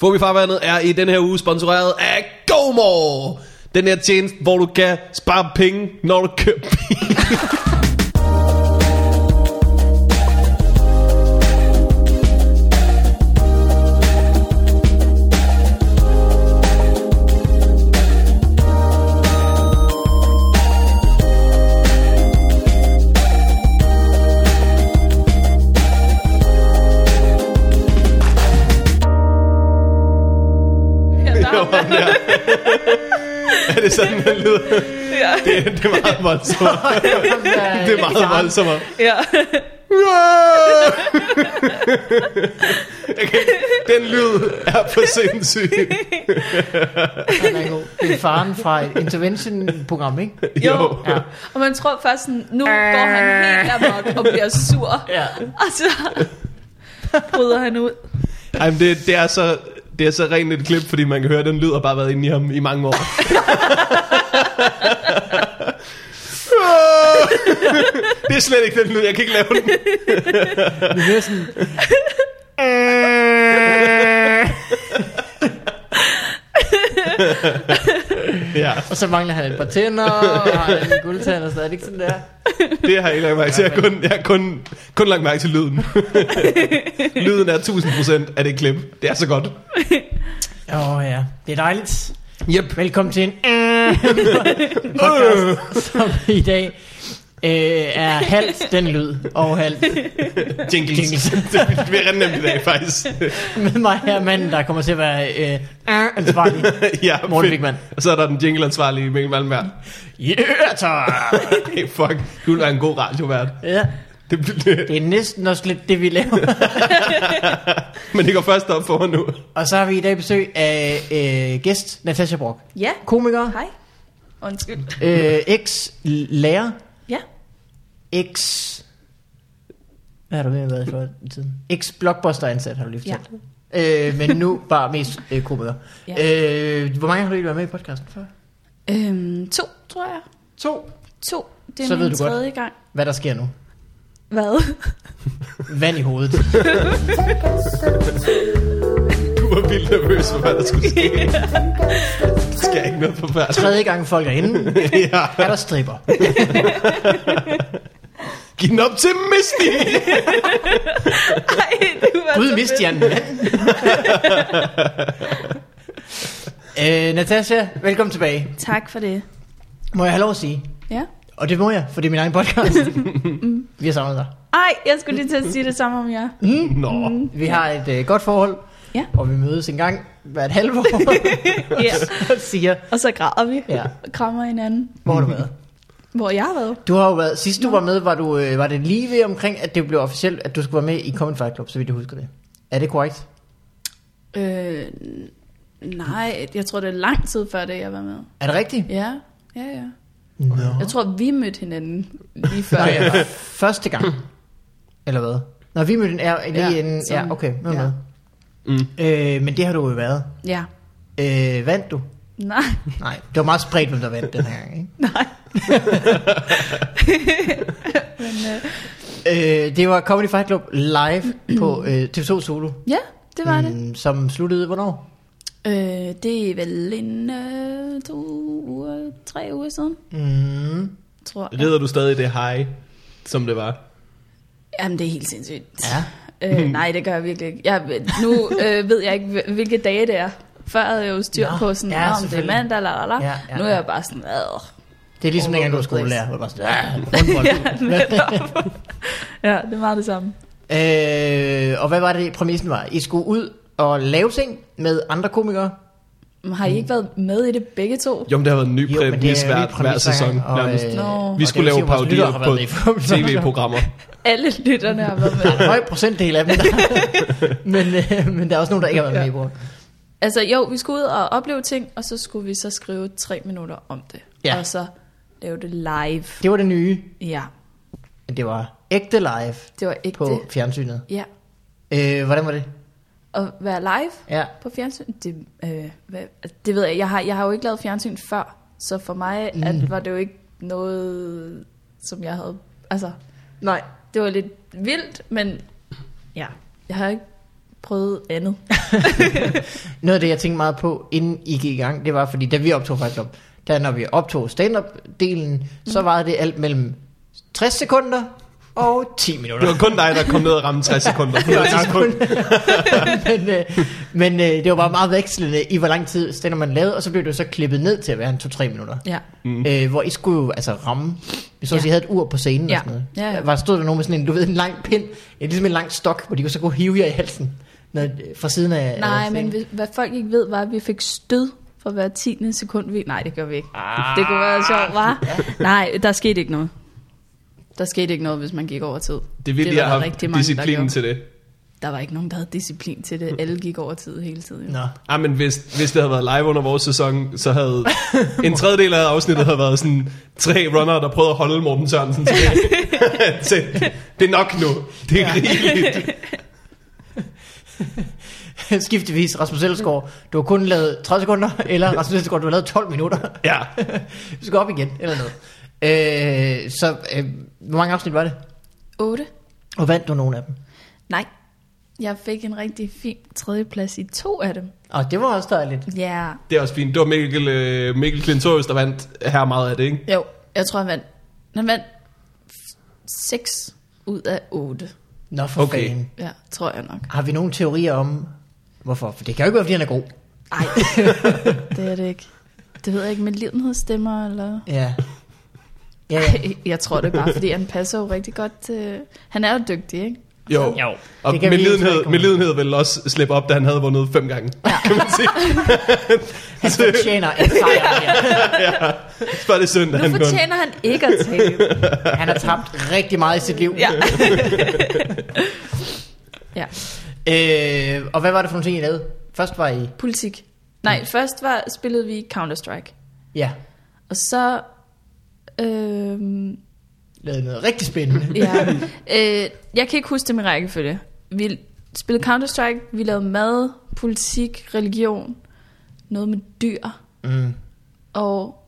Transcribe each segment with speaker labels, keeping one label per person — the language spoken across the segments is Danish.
Speaker 1: Fobi Farvandet er i den her uge sponsoreret af GoMore. Den her tjeneste, hvor du kan spare penge, når du kører bil.
Speaker 2: Ja, der har man.
Speaker 1: er det sådan, det lyder?
Speaker 2: Ja.
Speaker 1: Det, det er meget voldsomt. Det er meget voldsomt.
Speaker 2: ja.
Speaker 1: Okay, den lyd er for sindssyg.
Speaker 3: Den er god. Det er faren fra et intervention-program, ikke?
Speaker 1: Jo.
Speaker 3: Ja.
Speaker 2: Og man tror først sådan, nu går han helt amok og bliver sur.
Speaker 3: Ja.
Speaker 2: Og så bryder han ud.
Speaker 1: Ej, men det, det, er så, det er så rent et klip, fordi man kan høre, den lyd har bare været inde i ham i mange år. det er slet ikke den lyd, jeg kan ikke lave den.
Speaker 3: Det er sådan...
Speaker 1: Ja,
Speaker 3: Og så mangler han et par tænder, og har en guldtand og sådan noget. Er det ikke sådan, der?
Speaker 1: det har jeg ikke lagt mærke til. Jeg har kun, jeg har kun, kun lagt mærke til lyden. lyden er 1000% af det klip. Det er så godt.
Speaker 3: Åh oh, ja, det er dejligt.
Speaker 1: Yep.
Speaker 3: Velkommen til en podcast, som i dag øh, er halvt den lyd og halvt
Speaker 1: Jingles.
Speaker 3: Jingles.
Speaker 1: det bliver ret nemt i dag, faktisk.
Speaker 3: med mig her manden, der kommer til at være øh, øh, ansvarlig.
Speaker 1: ja,
Speaker 3: Morten
Speaker 1: fedt.
Speaker 3: Wigman.
Speaker 1: Og så er der den jingleansvarlige Mikkel Malmberg.
Speaker 3: Yeah, tak.
Speaker 1: Hey, fuck. Du vil være en god radiovært.
Speaker 3: ja,
Speaker 1: Det, det,
Speaker 3: det er næsten også lidt det, vi laver.
Speaker 1: men det går først op for mig nu.
Speaker 3: Og så har vi i dag besøg af øh, gæst Natasha Brock.
Speaker 2: Ja.
Speaker 3: Komiker,
Speaker 2: Hej. Undskyld.
Speaker 3: øh, eks-lærer,
Speaker 2: Ja.
Speaker 3: eks... Hvad har du mere været for i tiden? Eks-blockbuster-ansat har du lige
Speaker 2: Ja.
Speaker 3: fortalt. Ja. Øh, men nu bare mest øh, komiker.
Speaker 2: Ja.
Speaker 3: Ja. Øh, hvor mange har du egentlig været med i podcasten før?
Speaker 2: Øhm, to, tror jeg.
Speaker 3: To.
Speaker 2: To. Det er
Speaker 3: Så
Speaker 2: så
Speaker 3: ved
Speaker 2: min
Speaker 3: du godt.
Speaker 2: tredje gang.
Speaker 3: Hvad der sker nu?
Speaker 2: Hvad?
Speaker 3: Vand i hovedet.
Speaker 1: Du var vildt nervøs for, hvad der skulle ske. Der sker ikke noget forfærdeligt.
Speaker 3: Tredje gang folk er inde,
Speaker 1: Ja.
Speaker 3: er der stripper.
Speaker 1: Giv den op til Misty!
Speaker 2: Ej, det var
Speaker 3: Gud,
Speaker 2: så
Speaker 3: miste
Speaker 2: fedt.
Speaker 3: jeg en mand. øh, Natasha, velkommen tilbage.
Speaker 2: Tak for det.
Speaker 3: Må jeg have lov at sige,
Speaker 2: Ja.
Speaker 3: Og det må jeg, for det er min egen podcast. vi har savnet dig. Mm?
Speaker 2: Ej, jeg skulle lige til at sige det samme om jer.
Speaker 1: Nå,
Speaker 3: Vi har et øh, godt forhold,
Speaker 2: Ja.
Speaker 3: og vi mødes en gang hvert halve år
Speaker 2: Ja.
Speaker 3: og siger,
Speaker 2: Og så græder vi.
Speaker 3: Ja.
Speaker 2: Og krammer hinanden.
Speaker 3: hvor har du været?
Speaker 2: Hvor jeg har været.
Speaker 3: Du har jo været, sidst du var med, var, du, øh, var det lige ved omkring, at det blev officielt, at du skulle være med i Common Fight Club, så vidt jeg husker det. Er det korrekt?
Speaker 2: Øh, nej, jeg tror, det er lang tid før det, jeg var med.
Speaker 3: Er det rigtigt?
Speaker 2: Ja, ja, ja.
Speaker 3: Nå.
Speaker 2: Jeg tror, vi mødte hinanden lige før.
Speaker 3: Nå, ja. Første gang, eller hvad? Når vi mødte en, er lige
Speaker 2: Ja,
Speaker 3: ja, en, ja,
Speaker 2: sådan.
Speaker 3: okay, nu er
Speaker 2: Ja.
Speaker 3: ja.
Speaker 1: Mm.
Speaker 3: Øh, men det har du jo været.
Speaker 2: ja.
Speaker 3: Øh, vandt du?
Speaker 2: Nej,
Speaker 3: Nej, det var meget spredt, hvem der vandt den her gang, ikke?
Speaker 2: nej. Men, øh,
Speaker 3: Øh, det var Comedy Fight Club live på øh, TV2 Solo.
Speaker 2: ja, det var det.
Speaker 3: Mm, som sluttede hvornår? Mm.
Speaker 2: Øh, det er vel en øh, to uger, tre uger siden,
Speaker 3: Mm,
Speaker 2: tror jeg.
Speaker 1: rider du stadig det hej, som det var?
Speaker 2: Jamen, det er helt sindssygt.
Speaker 3: ja.
Speaker 2: Øh, nej, det gør jeg virkelig ikke. Jeg, nu øh, ved jeg ikke, hvil- hvilke dage det er. Før havde jeg jo styr
Speaker 3: Nå,
Speaker 2: på, sådan,
Speaker 3: ja,
Speaker 2: ja, om det er
Speaker 3: selvfølgelig.
Speaker 2: mandag, la, la, la.
Speaker 3: Ja, ja,
Speaker 2: Nu er jeg
Speaker 3: ja.
Speaker 2: bare sådan, "Ad."
Speaker 3: Det er
Speaker 2: All
Speaker 3: ligesom dengang, du var
Speaker 2: over the
Speaker 3: skolelærer.
Speaker 2: place.
Speaker 3: Hvor det var sådan, ah, rundbold.
Speaker 2: netop. ja, det er meget det samme.
Speaker 3: øh, og hvad var det, præmissen var? I skulle ud og lave ting med andre komikere.
Speaker 2: Men Har I ikke været med i det begge to?
Speaker 1: Jo, men det har været en ny
Speaker 3: Jo, men det er
Speaker 1: præmis
Speaker 3: en
Speaker 1: hver,
Speaker 3: ny præmis
Speaker 1: hver
Speaker 3: hver
Speaker 1: sæson.
Speaker 3: gang, og,
Speaker 1: nærmest.
Speaker 3: øh,
Speaker 2: Nå.
Speaker 3: og
Speaker 1: Vi
Speaker 3: det
Speaker 1: skulle
Speaker 3: vil
Speaker 1: lave
Speaker 3: sige, at vores
Speaker 1: parodier
Speaker 3: lyttere har
Speaker 1: på
Speaker 3: været med i-
Speaker 1: tv-programmer.
Speaker 2: Alle lytterne har været med.
Speaker 3: En høj procentdel af dem, der. men, øh, men der er også nogen, der ikke har været med i bordet.
Speaker 2: Altså jo, vi skulle ud og opleve ting, og så skulle vi så skrive tre minutter om det.
Speaker 3: Ja.
Speaker 2: Og så lave det live.
Speaker 3: Det var det nye.
Speaker 2: Ja,
Speaker 3: Det var ægte live
Speaker 2: det var ikke
Speaker 3: på
Speaker 2: det.
Speaker 3: fjernsynet.
Speaker 2: Ja,
Speaker 3: Øh, hvordan var det?
Speaker 2: at være live
Speaker 3: Ja.
Speaker 2: på fjernsyn, det, øh, hvad, altså, det ved jeg. Jeg har, jeg har jo ikke lavet fjernsyn før, så for mig mm. at, var det jo ikke noget, som jeg havde... Altså,
Speaker 3: Nej.
Speaker 2: det var lidt vildt, men ja, jeg har ikke prøvet andet.
Speaker 3: Noget af det, jeg tænkte meget på, inden I gik i gang, det var, fordi da vi optog Fight Club, da når vi optog stand-up-delen, så var det alt mellem 60 sekunder og 10
Speaker 1: Det
Speaker 3: minutter.
Speaker 1: var kun dig, der kom ned og ramte 60 sekunder. På
Speaker 3: Det var
Speaker 1: et tidspunkt.
Speaker 3: men øh, men øh, det var bare meget vekslende i, hvor lang tid stand man lavede, og så blev det jo så klippet ned til at være en 2-3 minutter.
Speaker 2: ja.
Speaker 3: Mm. Øh, hvor I skulle jo altså ramme, hvis så at
Speaker 2: Ja.
Speaker 3: sige, havde et ur på scenen
Speaker 2: Ja.
Speaker 3: og sådan
Speaker 2: Ja,
Speaker 3: noget.
Speaker 2: ja.
Speaker 3: Var, stod der nogen med sådan en, du ved, en lang pind, ja, ligesom en lang stok, hvor de kunne så kunne hive jer i halsen når, øh, fra siden af
Speaker 2: Nej,
Speaker 3: af
Speaker 2: men
Speaker 3: scenen.
Speaker 2: vi, hvad folk ikke ved, var, at vi fik stød for hver tiende sekund. Vi, nej, det gør vi ikke. Det kunne være sjovt, var. Nej, der skete ikke noget. Der skete ikke noget, hvis man gik over tid.
Speaker 1: Det er virkelig,
Speaker 2: var
Speaker 1: jeg
Speaker 2: der
Speaker 1: har haft disciplinen
Speaker 2: gjorde.
Speaker 1: til det.
Speaker 2: Der var ikke nogen, der havde disciplin til det. Alle gik over tid hele tiden. jo.
Speaker 3: Nå.
Speaker 1: Ah, men hvis, hvis det havde været live under vores sæson, så havde en tredjedel af afsnittet havde været sådan tre runner, der prøvede at holde Morten Sørensen tilbage. til, det er nok nu. Det er rigeligt.
Speaker 3: skiftevis Rasmus Elskov, du har kun lavet 30 sekunder, eller Rasmus Elskov, du har lavet 12 minutter.
Speaker 1: Ja.
Speaker 3: Vi skal op igen, eller noget. Øh, så øh, hvor mange afsnit var det?
Speaker 2: Otte?
Speaker 3: Og vandt du nogen af dem?
Speaker 2: Nej. Jeg fik en rigtig fin tredjeplads i to af dem.
Speaker 3: Og det var også dejligt.
Speaker 2: Ja.
Speaker 1: Det er også fint. Det var Mikkel, øh, Mikkel Klintorius, der vandt her meget af det, ikke?
Speaker 2: Jo, jeg tror, han vandt. Han vandt 6 ud af 8.
Speaker 3: Nå for okay.
Speaker 1: Okay.
Speaker 3: fanden.
Speaker 2: Ja, tror jeg nok.
Speaker 3: Har vi nogle teorier om, hvorfor? For det kan jo ikke være, fordi han er god.
Speaker 2: Nej, det er det ikke. Det ved jeg ikke, med lidenhedsstemmer eller...
Speaker 3: Ja. Ja, ja.
Speaker 2: Ej, Øh, jeg tror det bare, fordi han passer jo rigtig godt til... Han er jo dygtig, ikke?
Speaker 1: Jo.
Speaker 3: Jo.
Speaker 1: Og
Speaker 3: Det kan
Speaker 1: med
Speaker 3: vi ikke
Speaker 1: lidenhed,
Speaker 3: snakke om.
Speaker 1: med lidenhed ville også slippe op, da han havde vundet fem gange.
Speaker 2: Ja.
Speaker 1: Kan man sige.
Speaker 3: Han fortjener en sejr. Ja.
Speaker 1: Så er det synd, at
Speaker 2: Nu
Speaker 1: han kun...
Speaker 2: fortjener han ikke at tabe.
Speaker 3: Han har tabt rigtig meget i sit liv.
Speaker 2: Ja. ja.
Speaker 3: Øh, og hvad var det for nogle ting, I lavede? Først var I...
Speaker 2: Politik. Nej, først var, spillede vi Counter-Strike.
Speaker 3: Ja,
Speaker 2: Og så... Øhm,
Speaker 3: lavede noget rigtig spændende.
Speaker 2: ja. øh, jeg kan ikke huske det med rækkefølge. Vi spillede Counter-Strike, vi lavede mad, politik, religion, noget med dyr,
Speaker 3: Mm.
Speaker 2: og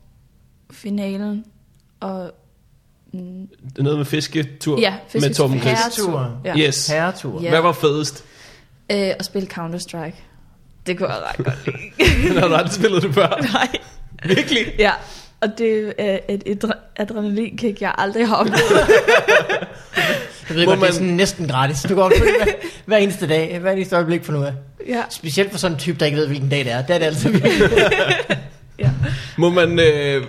Speaker 2: finalen, og... Mm,
Speaker 1: Noget med fisketur
Speaker 2: ja,
Speaker 1: med Torben Chris.
Speaker 3: Herretur.
Speaker 2: Ja.
Speaker 1: Yes.
Speaker 3: Herretur.
Speaker 2: Ja.
Speaker 1: Hvad var fedest?
Speaker 2: Øh, og spille Counter-Strike. Det kunne jeg ret godt lide.
Speaker 1: Når du aldrig spillet det før.
Speaker 2: Nej.
Speaker 1: Virkelig?
Speaker 2: Ja, og det er et adre- adrenalinkick, jeg aldrig har oplevet.
Speaker 3: Jeg ved
Speaker 1: Må
Speaker 3: godt, man... det er
Speaker 1: man-
Speaker 3: sådan næsten gratis. Du går på det hver, hver eneste dag, hver eneste øjeblik for nu af.
Speaker 2: Ja,
Speaker 3: Specielt for sådan en type, der ikke ved, hvilken dag det er. Der er det altså virkelig.
Speaker 2: ja.
Speaker 1: Må man, øh,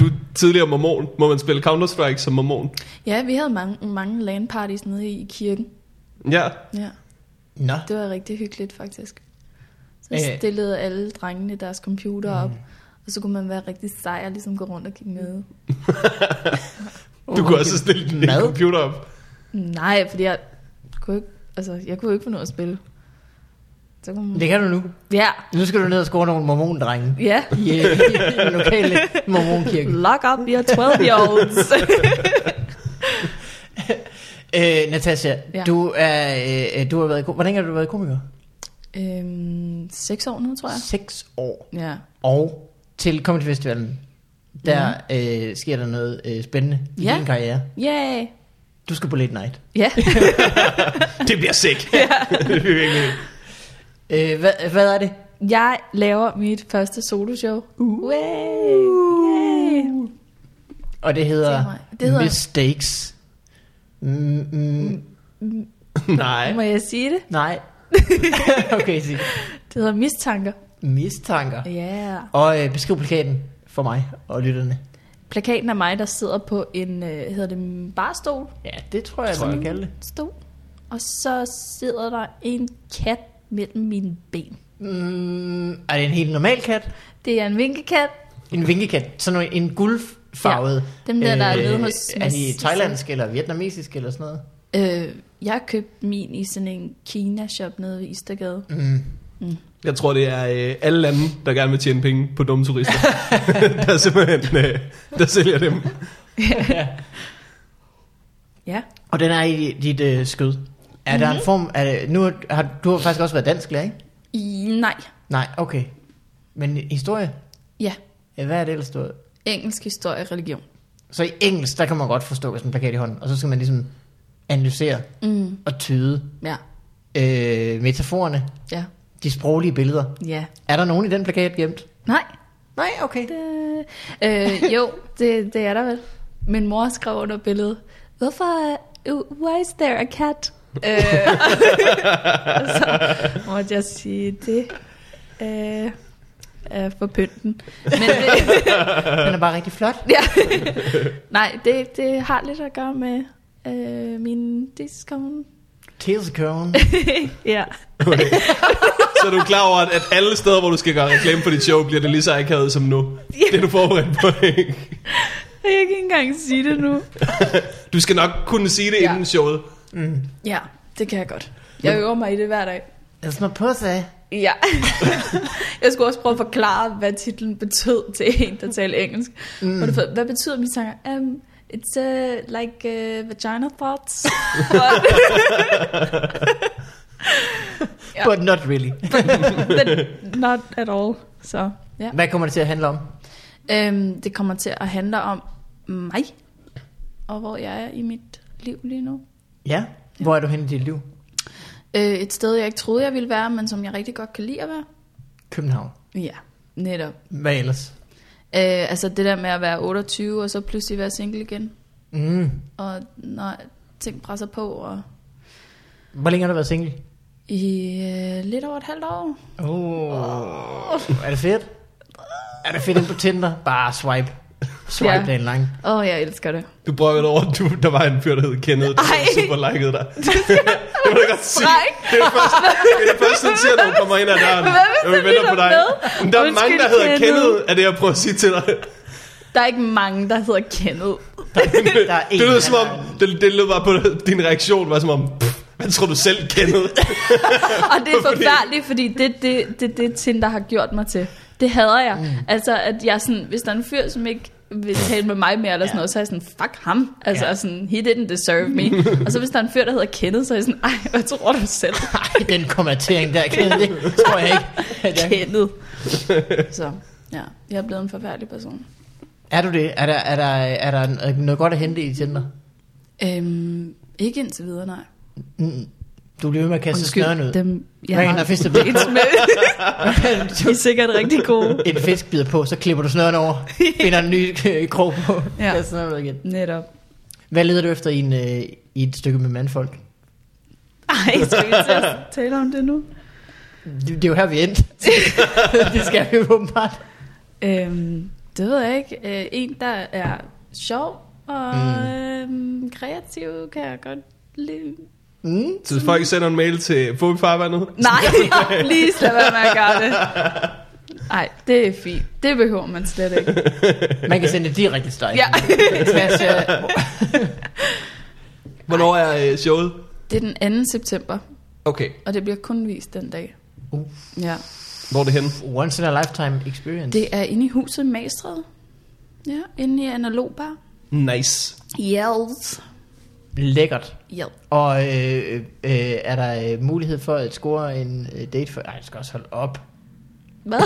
Speaker 1: du er tidligere mormon, må man spille Counter-Strike som mormon?
Speaker 2: ja vi havde mange, mange LAN-parties nede i kirken.
Speaker 1: Ja.
Speaker 2: Ja,
Speaker 3: Nå,
Speaker 2: det var rigtig hyggeligt faktisk. Så
Speaker 3: Øh.
Speaker 2: stillede alle drengene deres computer op, og så kunne man være rigtig sej og ligesom gå rundt og kigge med.
Speaker 1: Du kunne også stille din
Speaker 3: Mad?
Speaker 1: Mad? computer op.
Speaker 2: Nej, fordi jeg kunne ikke, altså, jeg kunne ikke få noget at spille. Så kunne man...
Speaker 3: det kan du nu.
Speaker 2: Ja,
Speaker 3: Nu skal du ned og score nogle mormondrenge.
Speaker 2: ja.
Speaker 3: I, øh, i den lokale mormonkirke.
Speaker 2: Lock up your 12-year-olds.
Speaker 3: Øh, Natasha, ja.
Speaker 2: Ja.
Speaker 3: du, er, øh, du har været, ko- hvordan har du været komiker?
Speaker 2: øhm, seks år nu, tror jeg.
Speaker 3: Seks år.
Speaker 2: Ja.
Speaker 3: Og til Comedy Festivalen, der øh, sker der noget øh, spændende i
Speaker 2: Mhm. Ja.
Speaker 3: din karriere.
Speaker 2: Yay!
Speaker 3: Du skal på Late Night.
Speaker 2: Ja.
Speaker 1: Det bliver sick. Ja. det bliver virkelig.
Speaker 3: Øh, hvad, hvad er det?
Speaker 2: Jeg laver mit første soloshow. Uh. Yay!
Speaker 3: Og det hedder,
Speaker 2: Det er mig. Det hedder-
Speaker 3: Mistakes. Mm, mm,
Speaker 1: Nej.
Speaker 2: Må jeg sige det?
Speaker 3: nej. okay, sig.
Speaker 2: Det hedder Mistanker.
Speaker 3: Mistanker.
Speaker 2: Ja. Yeah.
Speaker 3: Og øh, beskriv plakaten for mig og lytterne.
Speaker 2: Plakaten er mig, der sidder på en, øh, hedder det en barstol?
Speaker 3: Ja, det tror jeg, man kan kalde det.
Speaker 2: Stol. Og så sidder der en kat mellem mine ben.
Speaker 3: Mm, er det en helt normal kat?
Speaker 2: Det er en vinkekat.
Speaker 3: En vinkekat? Sådan en, en guldfarvet?
Speaker 2: Ja, dem der, der er nede hos
Speaker 3: Øh, Er
Speaker 2: Mads
Speaker 3: de
Speaker 2: Sissel.
Speaker 3: thailandsk eller vietnamesisk eller sådan noget?
Speaker 2: Øh, jeg købte min i sådan en Kina-shop nede ved Istergade.
Speaker 3: Mm.
Speaker 1: Jeg tror, det er øh, alle lande, der gerne vil tjene penge på dumme turister. der simpelthen, øh, der sælger dem.
Speaker 2: Ja.
Speaker 3: Og den er i dit øh, skød. Er mm-hmm. der en
Speaker 2: Mhm.
Speaker 3: form... Er det, nu har du har faktisk også været dansk lærer, ikke?
Speaker 2: I, nej.
Speaker 3: Nej, okay. Men historie?
Speaker 2: Ja.
Speaker 3: Ja, Hvad er det ellers, du har-
Speaker 2: Engelsk historie og religion.
Speaker 3: Så i engelsk, der kan man godt forstå sådan en plakat i hånden, og så skal man ligesom analysere
Speaker 2: Mm.
Speaker 3: og tyde.
Speaker 2: Ja.
Speaker 3: øh, metaforerne,
Speaker 2: Ja.
Speaker 3: de sproglige billeder.
Speaker 2: Ja.
Speaker 3: Er der nogen i den plakat gemt?
Speaker 2: Nej.
Speaker 3: Nej, okay.
Speaker 2: Øh, øh, jo, det, det er der vel. Min mor skrev under billedet, hvorfor, uh, why is there a cat? Øh, og så måtte jeg sige, det øh, er for pynten. Men det,
Speaker 3: Den er bare rigtig flot.
Speaker 2: ja. Nej, det, det har lidt at gøre med øh, min diskon.
Speaker 3: Tilsekøven.
Speaker 2: ja.
Speaker 1: Okay. Så er du klar over, at, at alle steder, hvor du skal gøre reklame for dit show, bliver det lige så akavet som nu. Det er du forberedt på, ikke?
Speaker 2: Jeg kan ikke engang sige det nu.
Speaker 1: Du skal nok kunne sige det ja.
Speaker 2: Ja.
Speaker 1: inden showet.
Speaker 2: Ja, det kan jeg godt. Jeg øver mig i det hver dag.
Speaker 3: That's my pussy.
Speaker 2: Ja. jeg skulle også prøve at forklare, hvad titlen betød til en, der talte engelsk. Mm. Og du ved, hvad betyder min sanger? Um, it's uh, like uh, vagina thoughts. Ja.
Speaker 3: But not really.
Speaker 2: But not at all. Så ja.
Speaker 3: Hvad kommer det til at handle om?
Speaker 2: Um, det kommer til at handle om mig, og hvor jeg er i mit liv lige nu.
Speaker 3: Ja. Hvor er du henne i dit liv?
Speaker 2: Uh, et sted, jeg ikke troede, jeg ville være, men som jeg rigtig godt kan lide at være.
Speaker 3: København.
Speaker 2: Ja, netop.
Speaker 3: Hvad ellers?
Speaker 2: Uh, altså det der med at være 28, og så pludselig være single igen.
Speaker 3: Mm.
Speaker 2: og når ting presser på, og
Speaker 3: Hvor længe har du været single?
Speaker 2: i øh, lidt over et halvt år.
Speaker 3: Oh. Er det fedt? Er det fedt ind på Tinder? Bare swipe. Swipe
Speaker 2: Ja.
Speaker 3: yeah. den lang.
Speaker 2: Åh, oh, jeg elsker det.
Speaker 1: Du brokkede over, at du, der var en fyr, der hed Kenneth, der
Speaker 2: Ej.
Speaker 1: super likede dig. det må du godt sige.
Speaker 2: Fræk.
Speaker 1: Det er det første, det er det første han siger, når du kommer ind ad døren. "Øh,
Speaker 2: Hvad hvis
Speaker 1: vi
Speaker 2: han
Speaker 1: venter på
Speaker 2: lytter
Speaker 1: dig.
Speaker 2: med?
Speaker 1: Men der er
Speaker 2: Undskyld,
Speaker 1: mange, der hedder
Speaker 2: Kenneth.
Speaker 1: Kenneth, er det, jeg prøver at sige til dig.
Speaker 2: Der er ikke mange, der hedder Kenneth.
Speaker 3: Der er en,
Speaker 1: Det lyder
Speaker 3: der-
Speaker 1: som om, det, det lød bare på din reaktion, var som om, "Pff, hvad tror du selv, Kenneth?
Speaker 2: Og det
Speaker 1: Fordi-
Speaker 2: er forfærdeligt, fordi det det, det, det Tinder har gjort mig til. Det hader jeg. Mm. Altså, at jeg sådan, hvis der er en fyr, som ikke vil tale med mig mere, eller sådan noget, så er jeg sådan, fuck ham. Altså,
Speaker 3: Ja.
Speaker 2: yeah. sådan, he didn't deserve me. og så hvis der er en fyr, der hedder Kenneth, så er jeg sådan, ej, hvad tror du selv?
Speaker 3: Ej, den kommentering der, kan det tror jeg ikke. at jeg-
Speaker 2: Kenneth. så, ja, jeg er blevet en forfærdelig person.
Speaker 3: Er du det? Er der, er, der, er der noget godt at hente i Tinder?
Speaker 2: Øhm, ikke indtil videre, nej.
Speaker 3: Mm. Du bliver ved med at kaste snøren ud.
Speaker 2: dem, jeg
Speaker 3: Hvad er
Speaker 2: har
Speaker 3: der fisk, der bliver-
Speaker 2: date med. De er sikkert rigtig gode.
Speaker 3: En fisk bider på, så klipper du snøren over. Finder en ny øh, krog på.
Speaker 2: Ja.
Speaker 3: Ja. Snøren ud igen.
Speaker 2: Netop.
Speaker 3: Hvad leder du efter i, en, øh, i et stykke med mandfolk?
Speaker 2: Ej, skal vi til at tale om det nu?
Speaker 3: Det, det er jo her, vi er endt. det skal vi jo åbenbart.
Speaker 2: Øhm, det ved jeg ikke. Øh, en, der er sjov og mm. øhm, kreativ, kan jeg godt lide.
Speaker 3: Mm.
Speaker 1: Så hvis folk sender en mail til Fobifarvandet.
Speaker 2: Nej, please lad være med at gøre det. Nej, det er fint. Det behøver man slet ikke.
Speaker 3: Man kan sende det direkte til dig.
Speaker 2: Ja.
Speaker 3: Tasha,
Speaker 1: Hvornår er øh, showet?
Speaker 2: Det er den 2. september,
Speaker 1: Okay.
Speaker 2: og det bliver kun vist den dag.
Speaker 3: Uh.
Speaker 2: Ja.
Speaker 1: Hvor er det henne?
Speaker 3: once in a lifetime experience.
Speaker 2: Det er inde i huset Magstred. Ja, inde i Analog Bar.
Speaker 1: Nice.
Speaker 2: Yes.
Speaker 3: Lækkert.
Speaker 2: Ja.
Speaker 3: Og øh, øh, er der øh, mulighed for at score en øh, date før? Nej, jeg skal også holde op.
Speaker 2: Hvad?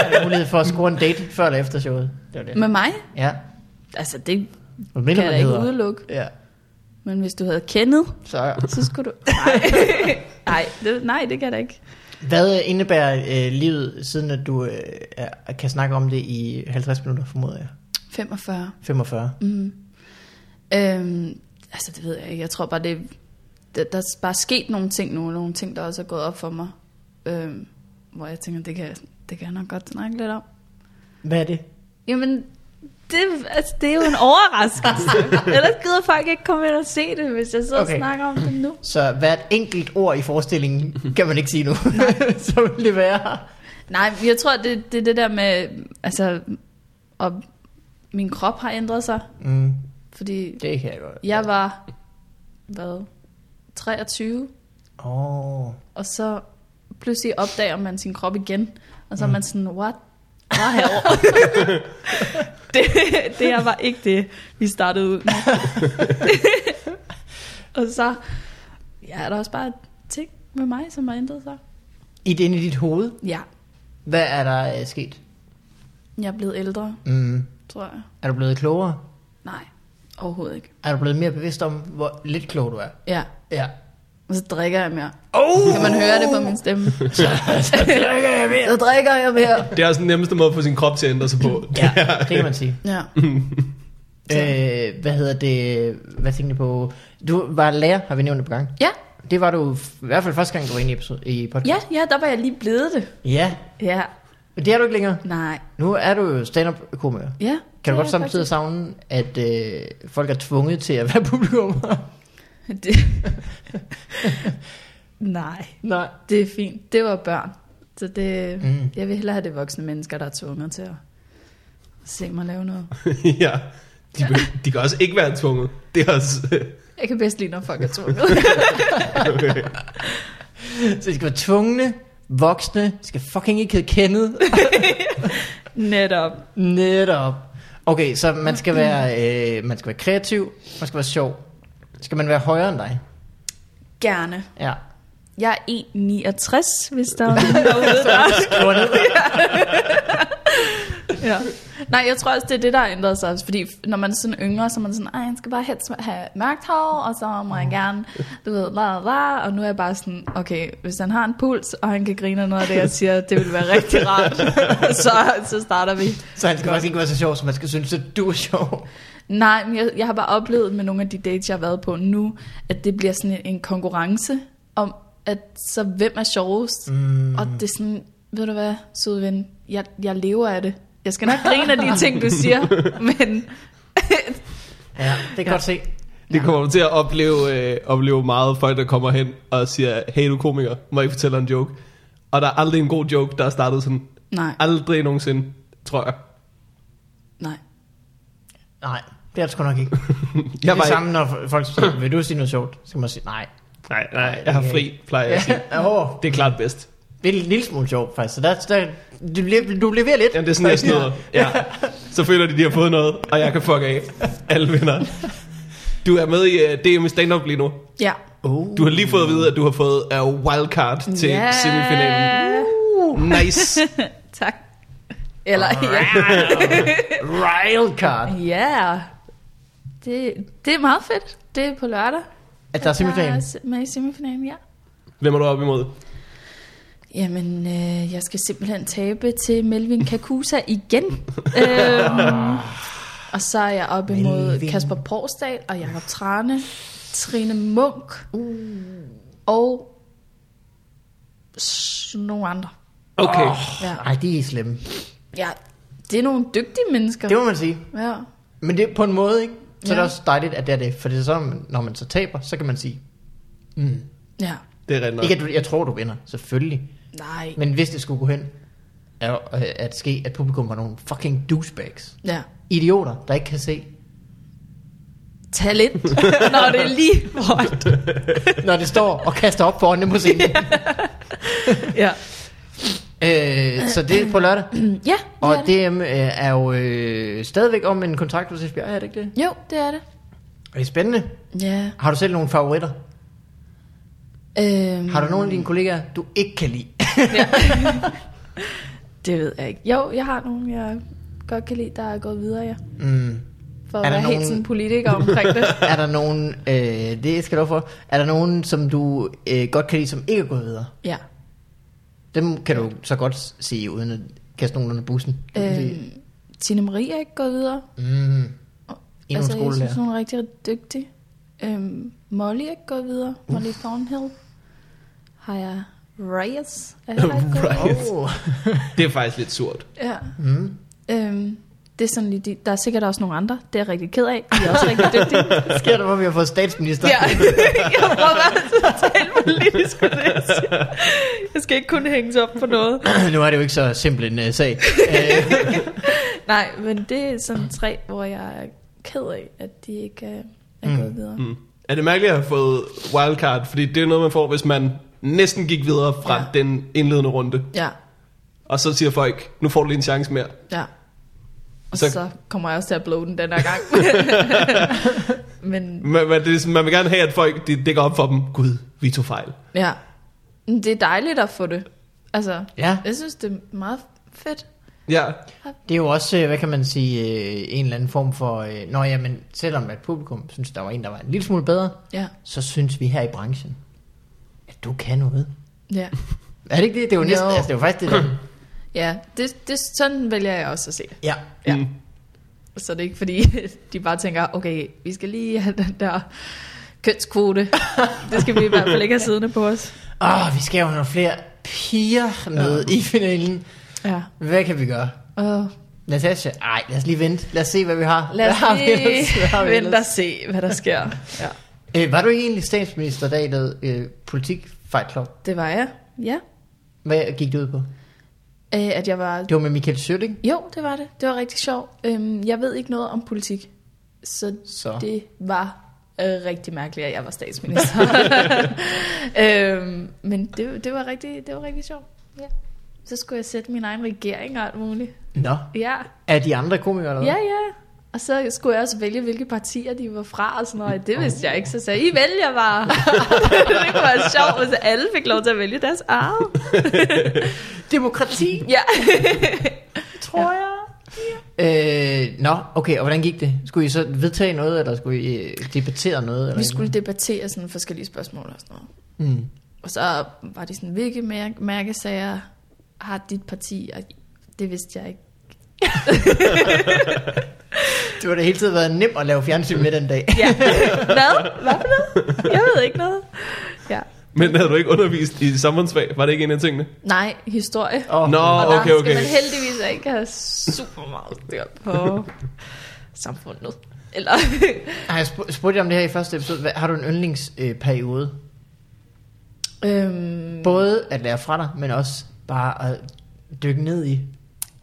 Speaker 3: Er der mulighed for at score en date før eller efter showet? Det var det.
Speaker 2: Med mig?
Speaker 3: Ja.
Speaker 2: Altså, det
Speaker 3: Hvad
Speaker 2: kan
Speaker 3: mindre
Speaker 2: jeg
Speaker 3: man
Speaker 2: da ikke
Speaker 3: hedder.
Speaker 2: udelukke.
Speaker 3: Ja.
Speaker 2: Men hvis du havde kendet,
Speaker 3: Så,
Speaker 2: så skulle du... Nej, nej, det, nej, det kan jeg da ikke.
Speaker 3: hvad indebærer øh, livet, siden at du øh, er, kan snakke om det i 50 minutter, formoder jeg?
Speaker 2: 45.
Speaker 3: 45.
Speaker 2: Mm. Øhm, altså, det ved jeg ikke. Jeg tror bare, det, der, der er bare sket nogle ting nu. Nogle ting, der også er gået op for mig. Øhm, hvor jeg tænker, det kan, jeg- det kan jeg nok godt snakke lidt om.
Speaker 3: Hvad er det?
Speaker 2: Jamen, det, altså, det er jo en overraskelse. Ellers gider folk ikke komme ind og se det, hvis jeg sidder okay.
Speaker 3: Okay.
Speaker 2: og snakker om det nu.
Speaker 3: Så hvert enkelt ord i forestillingen kan man ikke sige nu. så vil det være.
Speaker 2: Nej, jeg tror, det det, er det der med, altså, og min krop har ændret sig,
Speaker 3: Mm,
Speaker 2: fordi
Speaker 3: det kan jeg godt.
Speaker 2: jeg var, hvad, 23,
Speaker 3: Åh. Oh.
Speaker 2: og så pludselig opdager man sin krop igen, og så er man sådan, what? Hvad herovre? det, det her var ikke det, vi startede ud med. og så ja, er der også bare ting med mig, som har ændret sig.
Speaker 3: I det inde i dit hoved,
Speaker 2: Ja,
Speaker 3: hvad er der øh, sket?
Speaker 2: jeg er blevet ældre,
Speaker 3: Mm.
Speaker 2: tror jeg.
Speaker 3: Er du blevet klogere?
Speaker 2: Nej, overhovedet ikke.
Speaker 3: Er du blevet mere bevidst om, hvor lidt klog du er?
Speaker 2: Ja,
Speaker 3: Ja.
Speaker 2: Og så drikker jeg mere.
Speaker 3: Oh!
Speaker 2: Kan man høre det på min stemme?
Speaker 3: Så drikker jeg mere.
Speaker 2: Så drikker jeg mere.
Speaker 1: Det er også den nemmeste måde at få sin krop til at ændre sig på.
Speaker 3: Ja, det kan man sige.
Speaker 2: Ja.
Speaker 3: Øh, hvad hedder det? Hvad tænkte du på? Du var lærer, har vi nævnt det på gang.
Speaker 2: Ja,
Speaker 3: Det var du f- i hvert fald første gang, du var inde i, episode, i podcast.
Speaker 2: ja, ja, der var jeg lige blevet det.
Speaker 3: Ja.
Speaker 2: Ja,
Speaker 3: Men det er du ikke længere.
Speaker 2: nej.
Speaker 3: Nu er du jo stand-up-komiker.
Speaker 2: Ja.
Speaker 3: Kan
Speaker 2: det
Speaker 3: du
Speaker 2: er
Speaker 3: godt samtidig
Speaker 2: faktisk-
Speaker 3: savne, at øh, folk er tvunget til at være publikum?
Speaker 2: Det... nej,
Speaker 3: Nej.
Speaker 2: det er fint. Det var børn. Så det,
Speaker 3: Mm.
Speaker 2: mm. jeg vil hellere have det er voksne mennesker, der er tvunget til at se mig lave noget.
Speaker 1: ja. De, be- de kan også ikke være tvunget. Det er også...
Speaker 2: Jeg kan bedst lide, når folk er tvunget.
Speaker 1: Okay.
Speaker 3: Så de skal være tvungne, voksne, de skal fucking ikke hedde kendet.
Speaker 2: Netop.
Speaker 3: Netop. Okay, så man skal være, øh, man skal være kreativ, man skal være sjov. Skal man være højere end dig?
Speaker 2: Gerne.
Speaker 3: Ja.
Speaker 2: Jeg er 1,69, hvis der er nogen derude, der
Speaker 3: Skriver ned.
Speaker 2: ja. Nej, jeg tror også, det er det, der har ændret sig. Fordi når man er sådan yngre, så er man sådan, ej, han skal bare helst have mørkt hår, og så
Speaker 3: Mm.
Speaker 2: må jeg gerne, du ved, la la la. Og nu er jeg bare sådan, okay, hvis han har en puls, og han kan grine af noget af det, jeg siger, det vil være rigtig rart. så, så starter vi.
Speaker 3: Så han skal faktisk ikke være så sjov, som man skal synes, at du er sjov.
Speaker 2: Nej, men jeg, jeg har bare oplevet med nogle af de dates, jeg har været på nu, at det bliver sådan en, en konkurrence om, at så hvem er sjovest. Mm. Og det er sådan, ved du hvad, søde ven, jeg, jeg lever af det. Jeg skal nok grine af de ting, du siger, men
Speaker 3: Ja, det kan jeg godt se.
Speaker 1: Det kommer du til at opleve, øh, opleve meget folk, der kommer hen og siger, hey du er komiker, må jeg ikke fortælle dig en joke? Og der er aldrig en god joke, der er startet sådan.
Speaker 2: nej,
Speaker 1: Aldrig nogensinde, tror jeg.
Speaker 2: nej.
Speaker 3: Nej, det er det sgu nok ikke. Det er
Speaker 1: Jeg
Speaker 3: det
Speaker 1: var ikke,
Speaker 3: samme, når folk siger, vil du sige noget sjovt? Så kan man sige, nej.
Speaker 1: nej, nej, jeg har fri, plejer jeg at sige.
Speaker 3: Ja, åh,
Speaker 1: Det er klart bedst.
Speaker 3: det er en lille smule sjovt, faktisk. Så der, der, du, lever, du leverer lidt.
Speaker 1: Jamen, det er sådan, jeg snyder. Ja. Så føler de, de har fået noget, og jeg kan fuck af. Alle vinder. Du er med i uh, DM i stand-up lige nu.
Speaker 2: Ja.
Speaker 3: Oh.
Speaker 1: Du har lige fået at vide, at du har fået uh, wildcard til yeah. semifinalen. Nice.
Speaker 2: Tak. Eller, ja.
Speaker 3: Wildcard.
Speaker 2: ja. Det, det er meget fedt. Det er på lørdag.
Speaker 3: At der er
Speaker 2: Jeg er
Speaker 3: semifinalen.
Speaker 2: se- med i semifinalen, ja.
Speaker 1: Hvem er du op imod?
Speaker 2: Jamen, øh, jeg skal simpelthen tabe til Melvin Kakusa igen. øhm, og så er jeg op imod
Speaker 3: Melvin.
Speaker 2: Melvin. Kasper Porsdal og Jakob Trane, Trine Munk uh. og s- nogle andre.
Speaker 1: Okay. Oh.
Speaker 2: Ja.
Speaker 3: Ej, de er slemme.
Speaker 2: ja, det er nogle dygtige mennesker.
Speaker 3: Det må man sige.
Speaker 2: Ja.
Speaker 3: Men det er på en måde, ikke? Så ja. er det
Speaker 2: Ja.
Speaker 3: også dejligt, at det er det. For det er så, når man så taber, så kan man sige, mm.
Speaker 2: ja,
Speaker 1: Det er rent nok.
Speaker 3: ikke at du, jeg tror, du vinder, selvfølgelig.
Speaker 2: nej,
Speaker 3: Men hvis det skulle gå hen, er jo, øh, at ske, at publikum var nogle fucking douchebags.
Speaker 2: ja.
Speaker 3: Idioter, der ikke kan se.
Speaker 2: Tag lidt, når det er lige hårdt.
Speaker 3: Når det står og kaster op foran dem på scenen.
Speaker 2: Ja.
Speaker 3: øh, så det er på lørdag.
Speaker 2: ja,
Speaker 3: Og
Speaker 2: det er det.
Speaker 3: det øh, er jo øh, stadigvæk om en kontrakt hos FBI, er det ikke det?
Speaker 2: Jo, det er det.
Speaker 3: Det er spændende.
Speaker 2: Ja.
Speaker 3: Har du selv nogle favoritter?
Speaker 2: Øhm,
Speaker 3: Har du nogle af dine kollegaer, du ikke kan lide?
Speaker 2: Det ved jeg ikke. Jo, jeg har nogle, jeg godt kan lide, der er gået videre, ja.
Speaker 3: mm.
Speaker 2: For
Speaker 3: Er
Speaker 2: at være
Speaker 3: der
Speaker 2: nogen...
Speaker 3: nogen-
Speaker 2: helt sådan politiker omkring det.
Speaker 3: Er der nogen, øh, det skal du for, er der nogen, som du øh, godt kan lide, som ikke er gået videre?
Speaker 2: ja.
Speaker 3: Dem kan du så godt s- sige, uden at kaste nogen under bussen. kan man sige.
Speaker 2: Øhm, Tine Marie er ikke gået videre.
Speaker 3: Mm. Endnu en
Speaker 2: altså, jeg synes,
Speaker 3: skolelærer.
Speaker 2: hun er rigtig, rigtig dygtig. Øhm, Molly er ikke gået videre. Molly Thornhill. Har jeg Reyes? Er heller ikke gået videre.
Speaker 1: Reyes.
Speaker 3: Oh.
Speaker 1: Det er faktisk lidt surt.
Speaker 2: Ja.
Speaker 3: Mm.
Speaker 2: Øhm, det er sådan lige, de- der er sikkert også nogle andre. Det er jeg rigtig ked af. De er også rigtig dygtige.
Speaker 3: Hvad sker der, hvor vi har fået statsminister?
Speaker 2: Ja, jeg prøver bare at tale politisk på det. jeg siger. Jeg skal ikke kun hænges op på noget.
Speaker 3: nu er det jo ikke så simpel en uh, sag. Uh,
Speaker 2: Nej, men det er sådan tre, hvor jeg er ked af, at de ikke er, er gået videre.
Speaker 1: Mm. Er det mærkeligt at have fået wildcard? Fordi det er noget, man får, hvis man næsten gik videre fra ja.
Speaker 2: Ja.
Speaker 1: den indledende runde.
Speaker 2: Ja,
Speaker 1: Og så siger folk, nu får du lige en chance mere.
Speaker 2: ja. Og
Speaker 1: Så-
Speaker 2: så, så kommer jeg også til at blow den den her gang. men
Speaker 1: Man, man, det er, sådan, man vil gerne have, at folk de dækker op for dem. Gud, vi tog fejl.
Speaker 2: ja, Men det er dejligt at få det. Altså,
Speaker 3: ja,
Speaker 2: jeg synes, det er meget fedt.
Speaker 1: Ja,
Speaker 3: det er jo også, øh, hvad kan man sige, øh, en eller anden form for... øh, Nå ja, men selvom at publikum synes, der var en, der var en lille smule bedre,
Speaker 2: Ja,
Speaker 3: så synes vi her i branchen, du kan noget.
Speaker 2: Ja.
Speaker 3: Er det ikke det? Det er jo næsten,
Speaker 2: Jo.
Speaker 3: altså det er jo faktisk det der.
Speaker 2: Ja, det, det, sådan vælger jeg også at se det.
Speaker 3: Ja.
Speaker 2: Ja.
Speaker 1: Mm.
Speaker 2: Så det er ikke fordi, de bare tænker, okay, vi skal lige have den der kønskvote. Det skal vi i hvert fald ikke have siddende på os.
Speaker 3: Åh, vi skal jo have nogle flere piger med i finalen.
Speaker 2: Ja.
Speaker 3: Hvad kan vi gøre?
Speaker 2: Og
Speaker 3: Natasha? Ej, lad os lige vente. Lad os se, hvad vi har.
Speaker 2: lad
Speaker 3: hvad
Speaker 2: os
Speaker 3: har vi
Speaker 2: lige
Speaker 3: ellers? Hvad har vi
Speaker 2: vente og
Speaker 3: ellers?
Speaker 2: se, hvad der sker. Ja.
Speaker 3: Øh, var du ikke egentlig statsminister, da I lavede øh, politik Fight Club?
Speaker 2: Det var jeg. Ja.
Speaker 3: Hvad gik det ud på?
Speaker 2: Øh, at jeg var...
Speaker 3: Det var med Michael Schøtting.
Speaker 2: Jo, det var det. Det var rigtig sjovt. Øhm, jeg ved ikke noget om politik. Så
Speaker 3: Så.
Speaker 2: det var øh, rigtig mærkeligt, at jeg var statsminister. øhm, men det, det, var rigtig, det var rigtig sjovt. Ja. Så skulle jeg sætte min egen regering og alt muligt.
Speaker 3: Nå.
Speaker 2: Ja.
Speaker 3: Er de andre komikere eller
Speaker 2: Ja, ja. Og så skulle jeg også vælge, hvilke partier de var fra og sådan noget. Det vidste jeg ikke, så sagde jeg, I vælger bare. det kunne være sjovt, hvis alle fik lov til at vælge deres arve.
Speaker 3: Demokrati,
Speaker 2: Ja.
Speaker 3: tror jeg. Øh, nå, okay, og hvordan gik det? Skulle I så vedtage noget, eller skulle I øh, debattere noget? Eller
Speaker 2: Vi skulle debattere sådan forskellige spørgsmål og sådan noget.
Speaker 3: Mm.
Speaker 2: Og så var det sådan, hvilke mær- mærkesager har dit parti? Og det vidste jeg ikke.
Speaker 3: Det var da hele tiden været nemt at lave fjernsyn med den dag.
Speaker 2: Ja. Hvad? Hvad for noget? Jeg ved ikke noget. Ja.
Speaker 1: Men havde du ikke undervist i samfundsfag? Var det ikke en af tingene?
Speaker 2: Nej, historie.
Speaker 3: Oh,
Speaker 1: Nå,
Speaker 2: Og
Speaker 1: okay,
Speaker 2: der skal
Speaker 1: okay.
Speaker 2: man heldigvis ikke have super meget styr på samfundet. Eller,
Speaker 3: Har jeg spurgt, spurgte jeg om det her i første episode. Hvad, har du en yndlingsperiode? Øh, periode?
Speaker 2: øhm,
Speaker 3: Både at lære fra dig, men også bare at dykke ned i.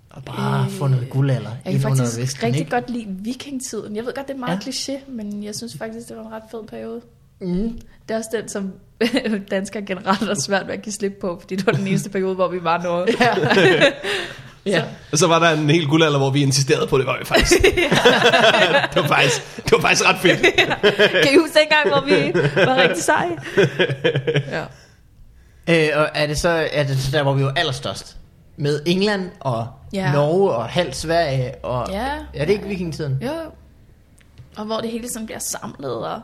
Speaker 3: Og bare øh, få noget guldalder
Speaker 2: jeg
Speaker 3: ind
Speaker 2: kan
Speaker 3: under
Speaker 2: faktisk
Speaker 3: visken,
Speaker 2: rigtig
Speaker 3: ikke?
Speaker 2: godt lide vikingtiden. Jeg ved godt, det er meget
Speaker 3: Ja.
Speaker 2: ja. kliché, men jeg synes faktisk, det var en ret fed periode.
Speaker 3: Mm.
Speaker 2: Det er også den, som danskere generelt har svært ved at give slip på, fordi det var den eneste periode, hvor vi var noget.
Speaker 3: Ja. ja.
Speaker 1: Og så var der en hel guldalder, hvor vi insisterede på det, var vi faktisk. det, var faktisk det var faktisk ret fedt.
Speaker 2: Kan I huske dengang, hvor vi var rigtig seje? Ja.
Speaker 3: Øh, og er det så er det så der, hvor vi var allerstørst? Med England og
Speaker 2: Ja.
Speaker 3: Norge og halv Sverige og...
Speaker 2: Ja.
Speaker 3: Er det ikke vikingtiden?
Speaker 2: Jo, jo. Og hvor det hele sådan bliver samlet. Og...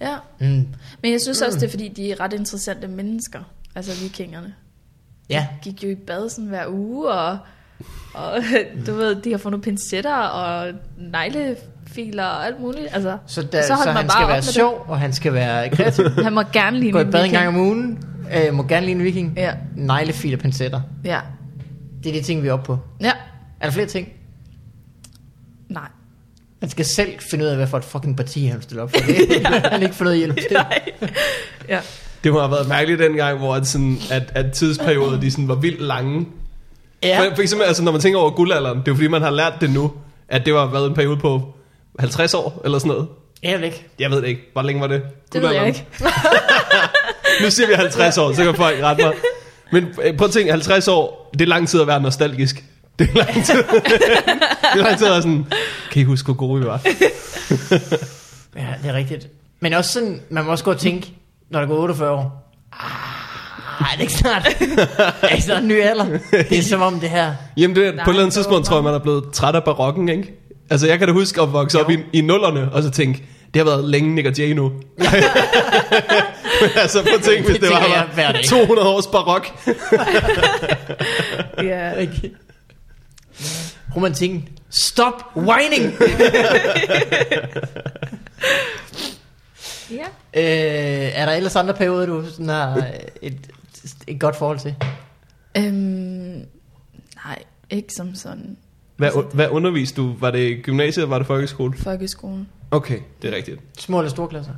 Speaker 2: Ja.
Speaker 3: Mm.
Speaker 2: Men jeg synes også, det er fordi, de er ret interessante mennesker. Altså vikingerne.
Speaker 3: Ja.
Speaker 2: Gik jo i bad sådan hver uge, og, og du ved, de har fundet pincetter og neglefiler og alt muligt. Altså,
Speaker 3: Så, der, så,
Speaker 2: holdt
Speaker 3: så
Speaker 2: man bare
Speaker 3: han skal
Speaker 2: op
Speaker 3: være
Speaker 2: med det.
Speaker 3: sjov, og han skal være kreativ.
Speaker 2: Han må gerne ligne
Speaker 3: Gå i
Speaker 2: en
Speaker 3: bad en
Speaker 2: viking.
Speaker 3: gang om ugen. Øh, må gerne lide en viking.
Speaker 2: Ja.
Speaker 3: Neglefil og pincetter.
Speaker 2: Ja.
Speaker 3: Det er de ting, vi er oppe på.
Speaker 2: Ja.
Speaker 3: Er der flere ting?
Speaker 2: Nej.
Speaker 3: Han skal selv finde ud af, hvad for et fucking parti han stiller op for. Det han ikke fået noget hjælp til.
Speaker 2: Ja.
Speaker 1: Det må have været mærkeligt dengang, hvor at, sådan, at, at tidsperioder de sådan var vildt lange. Ja. For, for eksempel, altså, når man tænker over guldalderen, det er jo fordi, man har lært det nu, at det var været en periode på 50 år eller sådan noget.
Speaker 3: Ja, ikke.
Speaker 1: Jeg ved det ikke. Hvor længe var det?
Speaker 2: Det ved jeg
Speaker 1: Guldalderen.
Speaker 2: ikke.
Speaker 1: Nu siger vi 50 år, så kan folk rette mig. Men øh, prøv at tænke, 50 år, det er lang tid at være nostalgisk. Det er lang tid, det er lang tid at være sådan, kan I huske, hvor gode vi var?
Speaker 3: Ja, det er rigtigt. Men også sådan, man må også gå og tænke, når der går 48 år. Ah, er det ikke snart? er det snart en ny alder? Det er som om det her.
Speaker 1: Jamen det, er-
Speaker 2: Nej,
Speaker 1: på et eller andet
Speaker 2: det var
Speaker 1: tidspunkt tror jeg, man er blevet træt af barokken, ikke? Altså jeg kan da huske at vokse op i, i nullerne, og så tænke, det har været længe Nick og Jay nu. Men altså prøv at tænke, hvis
Speaker 3: Det
Speaker 1: det
Speaker 3: tænker jeg
Speaker 1: var
Speaker 3: hver
Speaker 1: bare
Speaker 3: dag.
Speaker 1: 200 års barok.
Speaker 2: Ja.
Speaker 3: Romantikken. Stop whining!
Speaker 2: ja.
Speaker 3: øh, er der ellers andre perioder, du sådan har et, et godt forhold til?
Speaker 2: Øhm, nej, ikke som sådan
Speaker 1: Hvad, hvad underviste du? Var det gymnasiet, eller var det folkeskole?
Speaker 2: folkeskolen.
Speaker 1: Okay, det er rigtigt.
Speaker 3: Små eller store klasser?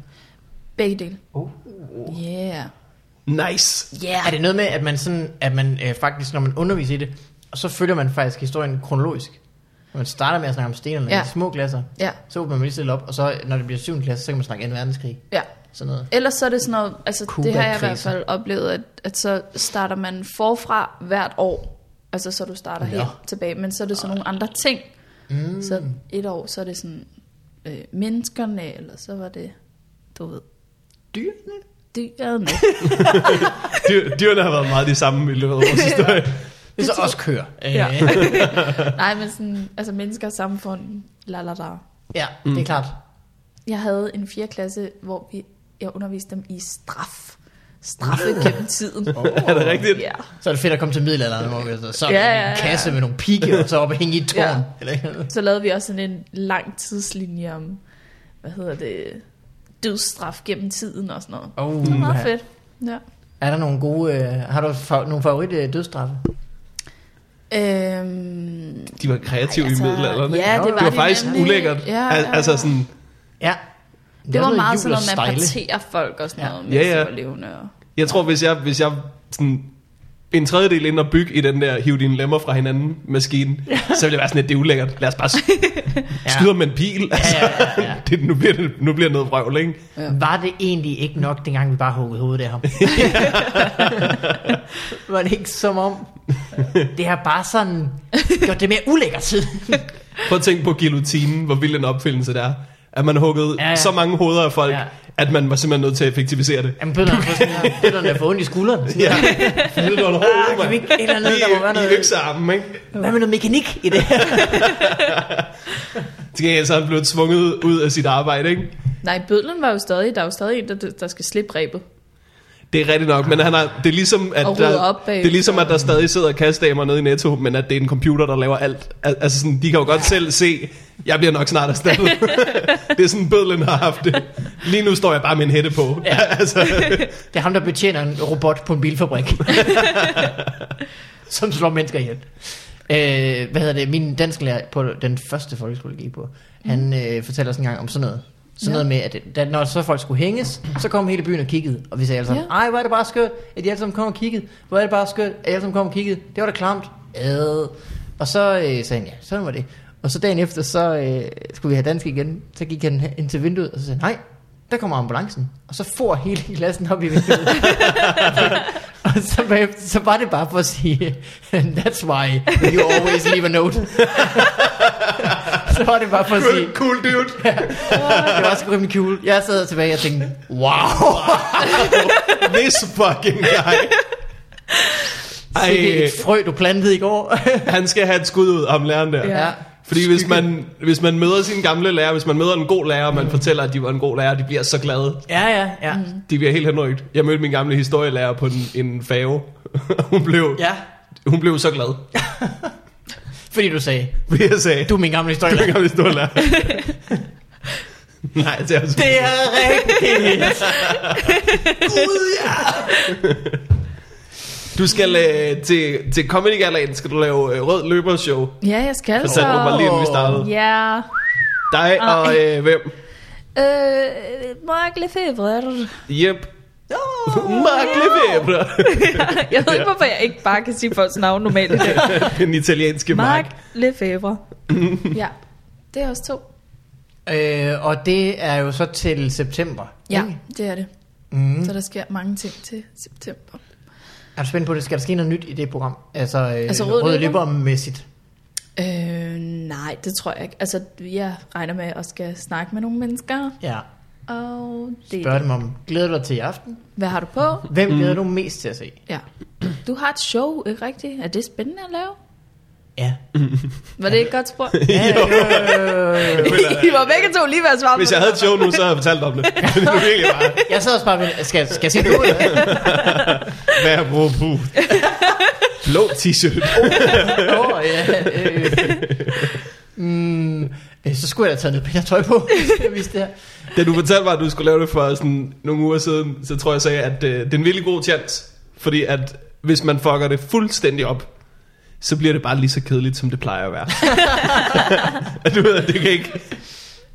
Speaker 2: Begge dele.
Speaker 3: Oh.
Speaker 2: Yeah.
Speaker 1: Nice.
Speaker 2: Yeah.
Speaker 3: Er det noget med, at man, sådan, at man øh, faktisk, når man underviser i det, og så følger man faktisk historien kronologisk? Når man starter med at snakke om stenerne ja.
Speaker 2: Ja.
Speaker 3: i små klasser,
Speaker 2: Ja,
Speaker 3: så åbner man lige stille op, og så når det bliver 7. klasse, så kan man snakke 2. verdenskrig.
Speaker 2: ja.
Speaker 3: Sådan noget.
Speaker 2: Ellers så er det sådan noget, altså det har jeg i hvert
Speaker 3: Cuba-kriser.
Speaker 2: fald oplevet, at, at så starter man forfra hvert år. Altså så du starter
Speaker 3: Nå.
Speaker 2: ja. helt tilbage, men så er det sådan nogle andre ting. Mm. Så et år, så er det sådan øh, menneskerne, eller så var det, du ved,
Speaker 3: Dyrene?
Speaker 2: dyrene.
Speaker 1: Dyr, dyrene har været meget de samme i løbet af vores historie.
Speaker 3: Det så også kører.
Speaker 2: Ja.
Speaker 3: Øh,
Speaker 2: Nej, men sådan, altså mennesker, samfund, la la la.
Speaker 3: ja, det er klart.
Speaker 2: Jeg havde en 4. klasse, hvor vi, jeg underviste dem i straf. straffet gennem tiden. Oh,
Speaker 1: Er det rigtigt?
Speaker 2: Ja.
Speaker 3: Så er det fedt at komme til middelalderen, hvor vi så, så
Speaker 2: Ja,
Speaker 3: ja,
Speaker 2: ja,
Speaker 3: en
Speaker 2: ja.
Speaker 3: kasse med nogle pigge, og så op og hænge i et tårn.
Speaker 2: Ja.
Speaker 3: Ja. Eller,
Speaker 2: Så lavede vi også sådan en lang tidslinje om, hvad hedder det, dødsstraf gennem tiden og sådan noget.
Speaker 3: oh,
Speaker 2: Det var meget fedt. Ja.
Speaker 3: Er der nogle gode... Øh, har du fa- nogle favorit øh, dødsstraffe?
Speaker 2: Øhm,
Speaker 1: De var kreative
Speaker 2: Ej, altså,
Speaker 1: i middelalderen, ikke?
Speaker 2: ja, det
Speaker 1: det
Speaker 2: var
Speaker 1: var
Speaker 2: de
Speaker 1: faktisk
Speaker 2: nemlig.
Speaker 1: ulækkert.
Speaker 2: Ja,
Speaker 1: Al-
Speaker 2: ja,
Speaker 1: Altså
Speaker 2: ja.
Speaker 1: sådan,
Speaker 3: Ja.
Speaker 2: det var
Speaker 3: Noget
Speaker 2: meget
Speaker 3: jul
Speaker 2: sådan
Speaker 3: og
Speaker 2: noget, man
Speaker 3: stejle.
Speaker 2: parterer folk og sådan
Speaker 3: Ja.
Speaker 2: noget,
Speaker 1: Ja,
Speaker 2: mens
Speaker 1: ja.
Speaker 2: de var levende. Og...
Speaker 1: jeg tror, hvis jeg, hvis jeg sådan, en tredjedel ind og bygge i den der hiv dine lemmer fra hinanden maskine, så ville jeg være sådan, at det er ulækkert. Lad os bare s- skyde med en pil. Altså,
Speaker 3: Ja, ja, ja, ja.
Speaker 1: det, nu, bliver det, nu bliver det noget vrøvl, ikke?
Speaker 3: Var det egentlig ikke nok, dengang vi bare huggede hovedet af ham? var det ikke som om... Det har bare sådan gjort det mere ulækkert.
Speaker 1: Prøv at tænke på guillotinen, hvor vild en opfindelse det er. At man huggede
Speaker 3: Ja,
Speaker 1: ja,
Speaker 3: ja.
Speaker 1: ja. så mange hoveder af folk,
Speaker 3: Ja.
Speaker 1: ja. at man var simpelthen nødt til at effektivisere det.
Speaker 3: Jamen, bønderne får sådan her- bønderne får ondt i skuldrene.
Speaker 1: Ja, fordi det var en
Speaker 3: Ah,
Speaker 1: hoved,
Speaker 3: kan vi
Speaker 1: man.
Speaker 3: ikke et eller andet, der må være
Speaker 1: Lige i-
Speaker 3: noget...
Speaker 1: i øksearmen, ikke?
Speaker 3: Hvad med noget mekanik i det her?
Speaker 1: Til gengæld så er han blevet tvunget ud af sit arbejde, ikke?
Speaker 2: Nej, bødlen var jo stadig, der er jo stadig en, der, der skal slippe rebet.
Speaker 1: Det er rigtigt nok, men han har, det er ligesom, at
Speaker 2: Og rydder
Speaker 1: der,
Speaker 2: op bagefter.
Speaker 1: det er ligesom, at der stadig sidder kassedamer nede i Netto, men at det er en computer, der laver alt. Al- Altså sådan, de kan jo godt selv se, jeg bliver nok snart erstattet. det er sådan, bødlen har haft det. Lige nu står jeg bare med en hætte på. Ja. altså,
Speaker 3: Det er ham, der betjener en robot på en bilfabrik. som slår mennesker ihjel. Øh, hvad hedder det? Min dansklærer på den første folkeskole, jeg gik på, han øh, fortæller os en gang om sådan noget. Sådan
Speaker 2: Mm. Ja.
Speaker 3: noget med, at da, når så folk skulle hænges, så kom hele byen og kiggede. Og vi sagde alle sammen,
Speaker 2: Ja.
Speaker 3: ej, hvor er det bare skørt, at de alle sammen kom og kiggede. Hvor er det bare skørt, at de alle sammen kom og kiggede. Det var da klamt. Ad. Og så øh, sagde han, ja, sådan var det. Og så dagen efter, så øh, skulle vi have dansk igen. Så gik han hen- ind til vinduet, og så sagde han, nej, der kommer ambulancen. Og så får hele klassen op i vinduet. Og så, bagefter, så var det bare for at sige, that's why you always leave a note. så var det bare for at sige,
Speaker 1: cool dude.
Speaker 3: det var sgu rimelig cool. Jeg sad tilbage og tænkte, wow.
Speaker 1: This fucking guy.
Speaker 3: Ej. Det er
Speaker 1: Ej,
Speaker 3: et frø, du plantede i går.
Speaker 1: han skal have et skud ud af ham læreren der.
Speaker 2: Ja.
Speaker 1: Fordi hvis man, hvis man møder sin gamle lærer, hvis man møder en god lærer, og man fortæller, at de var en god lærer, de bliver så glade.
Speaker 3: Ja, ja, ja.
Speaker 1: De bliver helt henrygt. Jeg mødte min gamle historielærer på en, en fave. hun, blev, ja.
Speaker 3: Ja,
Speaker 1: hun blev så glad,
Speaker 3: fordi du sagde,
Speaker 1: fordi jeg sagde,
Speaker 3: du
Speaker 1: du
Speaker 3: er min gamle
Speaker 1: er
Speaker 3: historie.
Speaker 1: min gamle historielærer. Nej, det er altså...
Speaker 3: Det er rigtigt. Gud, ja.
Speaker 1: Du skal øh, til, til Comedy Galaen, skal du lave øh, rød løbershow.
Speaker 2: Ja, jeg skal
Speaker 1: Fortalte du mig lige, inden vi startede.
Speaker 2: Ja.
Speaker 1: Dig
Speaker 2: Ej.
Speaker 3: Ah,
Speaker 1: og øh, hvem?
Speaker 2: Øh, Mark Lefebvre.
Speaker 1: Yep. Mark Lefebvre.
Speaker 2: jeg ved ikke, hvorfor jeg ikke bare kan sige folks navn normalt. i dag.
Speaker 1: Den italienske Mark.
Speaker 2: Mark Lefebvre. ja, det er også to.
Speaker 3: Øh, og det er jo så til september.
Speaker 2: Ja,
Speaker 3: ikke?
Speaker 2: det er det.
Speaker 3: Mm.
Speaker 2: Så der sker mange ting til september.
Speaker 3: Er du spændt på det? Skal der ske noget nyt i det program? Altså, øh,
Speaker 2: Altså,
Speaker 3: altså
Speaker 2: rød
Speaker 3: rød, rød
Speaker 2: løber?
Speaker 3: løber-mæssigt.
Speaker 2: Øh, nej, det tror jeg ikke. Altså, jeg regner med, at jeg skal snakke med nogle mennesker.
Speaker 3: Ja.
Speaker 2: Og det
Speaker 3: Spørg dem om, glæder du dig til i aften?
Speaker 2: Hvad har du på?
Speaker 3: Hvem glæder du mest til at se?
Speaker 2: Ja. Du har et show, ikke rigtigt? Er det spændende at lave?
Speaker 3: Ja.
Speaker 2: Var det ikke et godt spurgt?
Speaker 3: ja øh,
Speaker 2: I var begge to lige ved at svare på
Speaker 1: Hvis jeg
Speaker 2: det
Speaker 1: havde et
Speaker 2: samme.
Speaker 1: show nu, så havde jeg fortalt om det. det er virkelig bare,
Speaker 3: jeg sad også bare med, skal, skal jeg se det ud?
Speaker 1: hvad jeg bruger på. Blå t-shirt.
Speaker 3: Åh, ja. Øh. Mm, øh, så skulle jeg da tage noget pænt tøj på, hvis jeg vidste det her.
Speaker 1: Da du fortalte mig, at du skulle lave det for sådan nogle uger siden, så tror jeg, jeg sagde, at øh, det er en virkelig god chance. Fordi at hvis man fucker det fuldstændig op, så bliver det bare lige så kedeligt, som det plejer at være. Og du ved, at det kan ikke...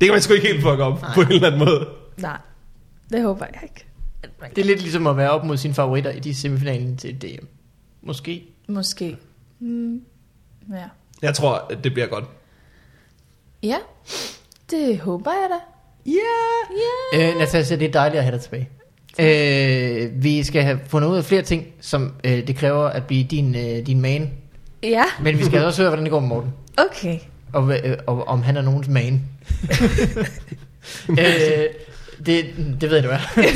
Speaker 1: Det kan man sgu ikke helt fuck op på en eller anden måde.
Speaker 2: Nej, det håber jeg ikke.
Speaker 3: Det er lidt ligesom at være op mod sine favoritter i de semifinalen til DM. Måske.
Speaker 2: Måske. Mm. Ja.
Speaker 1: Jeg tror, at det bliver godt.
Speaker 2: ja, det håber jeg da.
Speaker 3: Ja!
Speaker 2: Ja.
Speaker 3: Yeah. Øh, Natasha, det er dejligt at have dig tilbage. Øh, vi skal have fundet ud af flere ting, som øh, det kræver at blive din, øh, din man.
Speaker 2: Ja,
Speaker 3: Men vi skal altså også høre, hvordan det går med Morten.
Speaker 2: okay.
Speaker 3: Og, hva- øh, og om han er nogens man. øh, det, det ved jeg, du er.
Speaker 2: ja, det,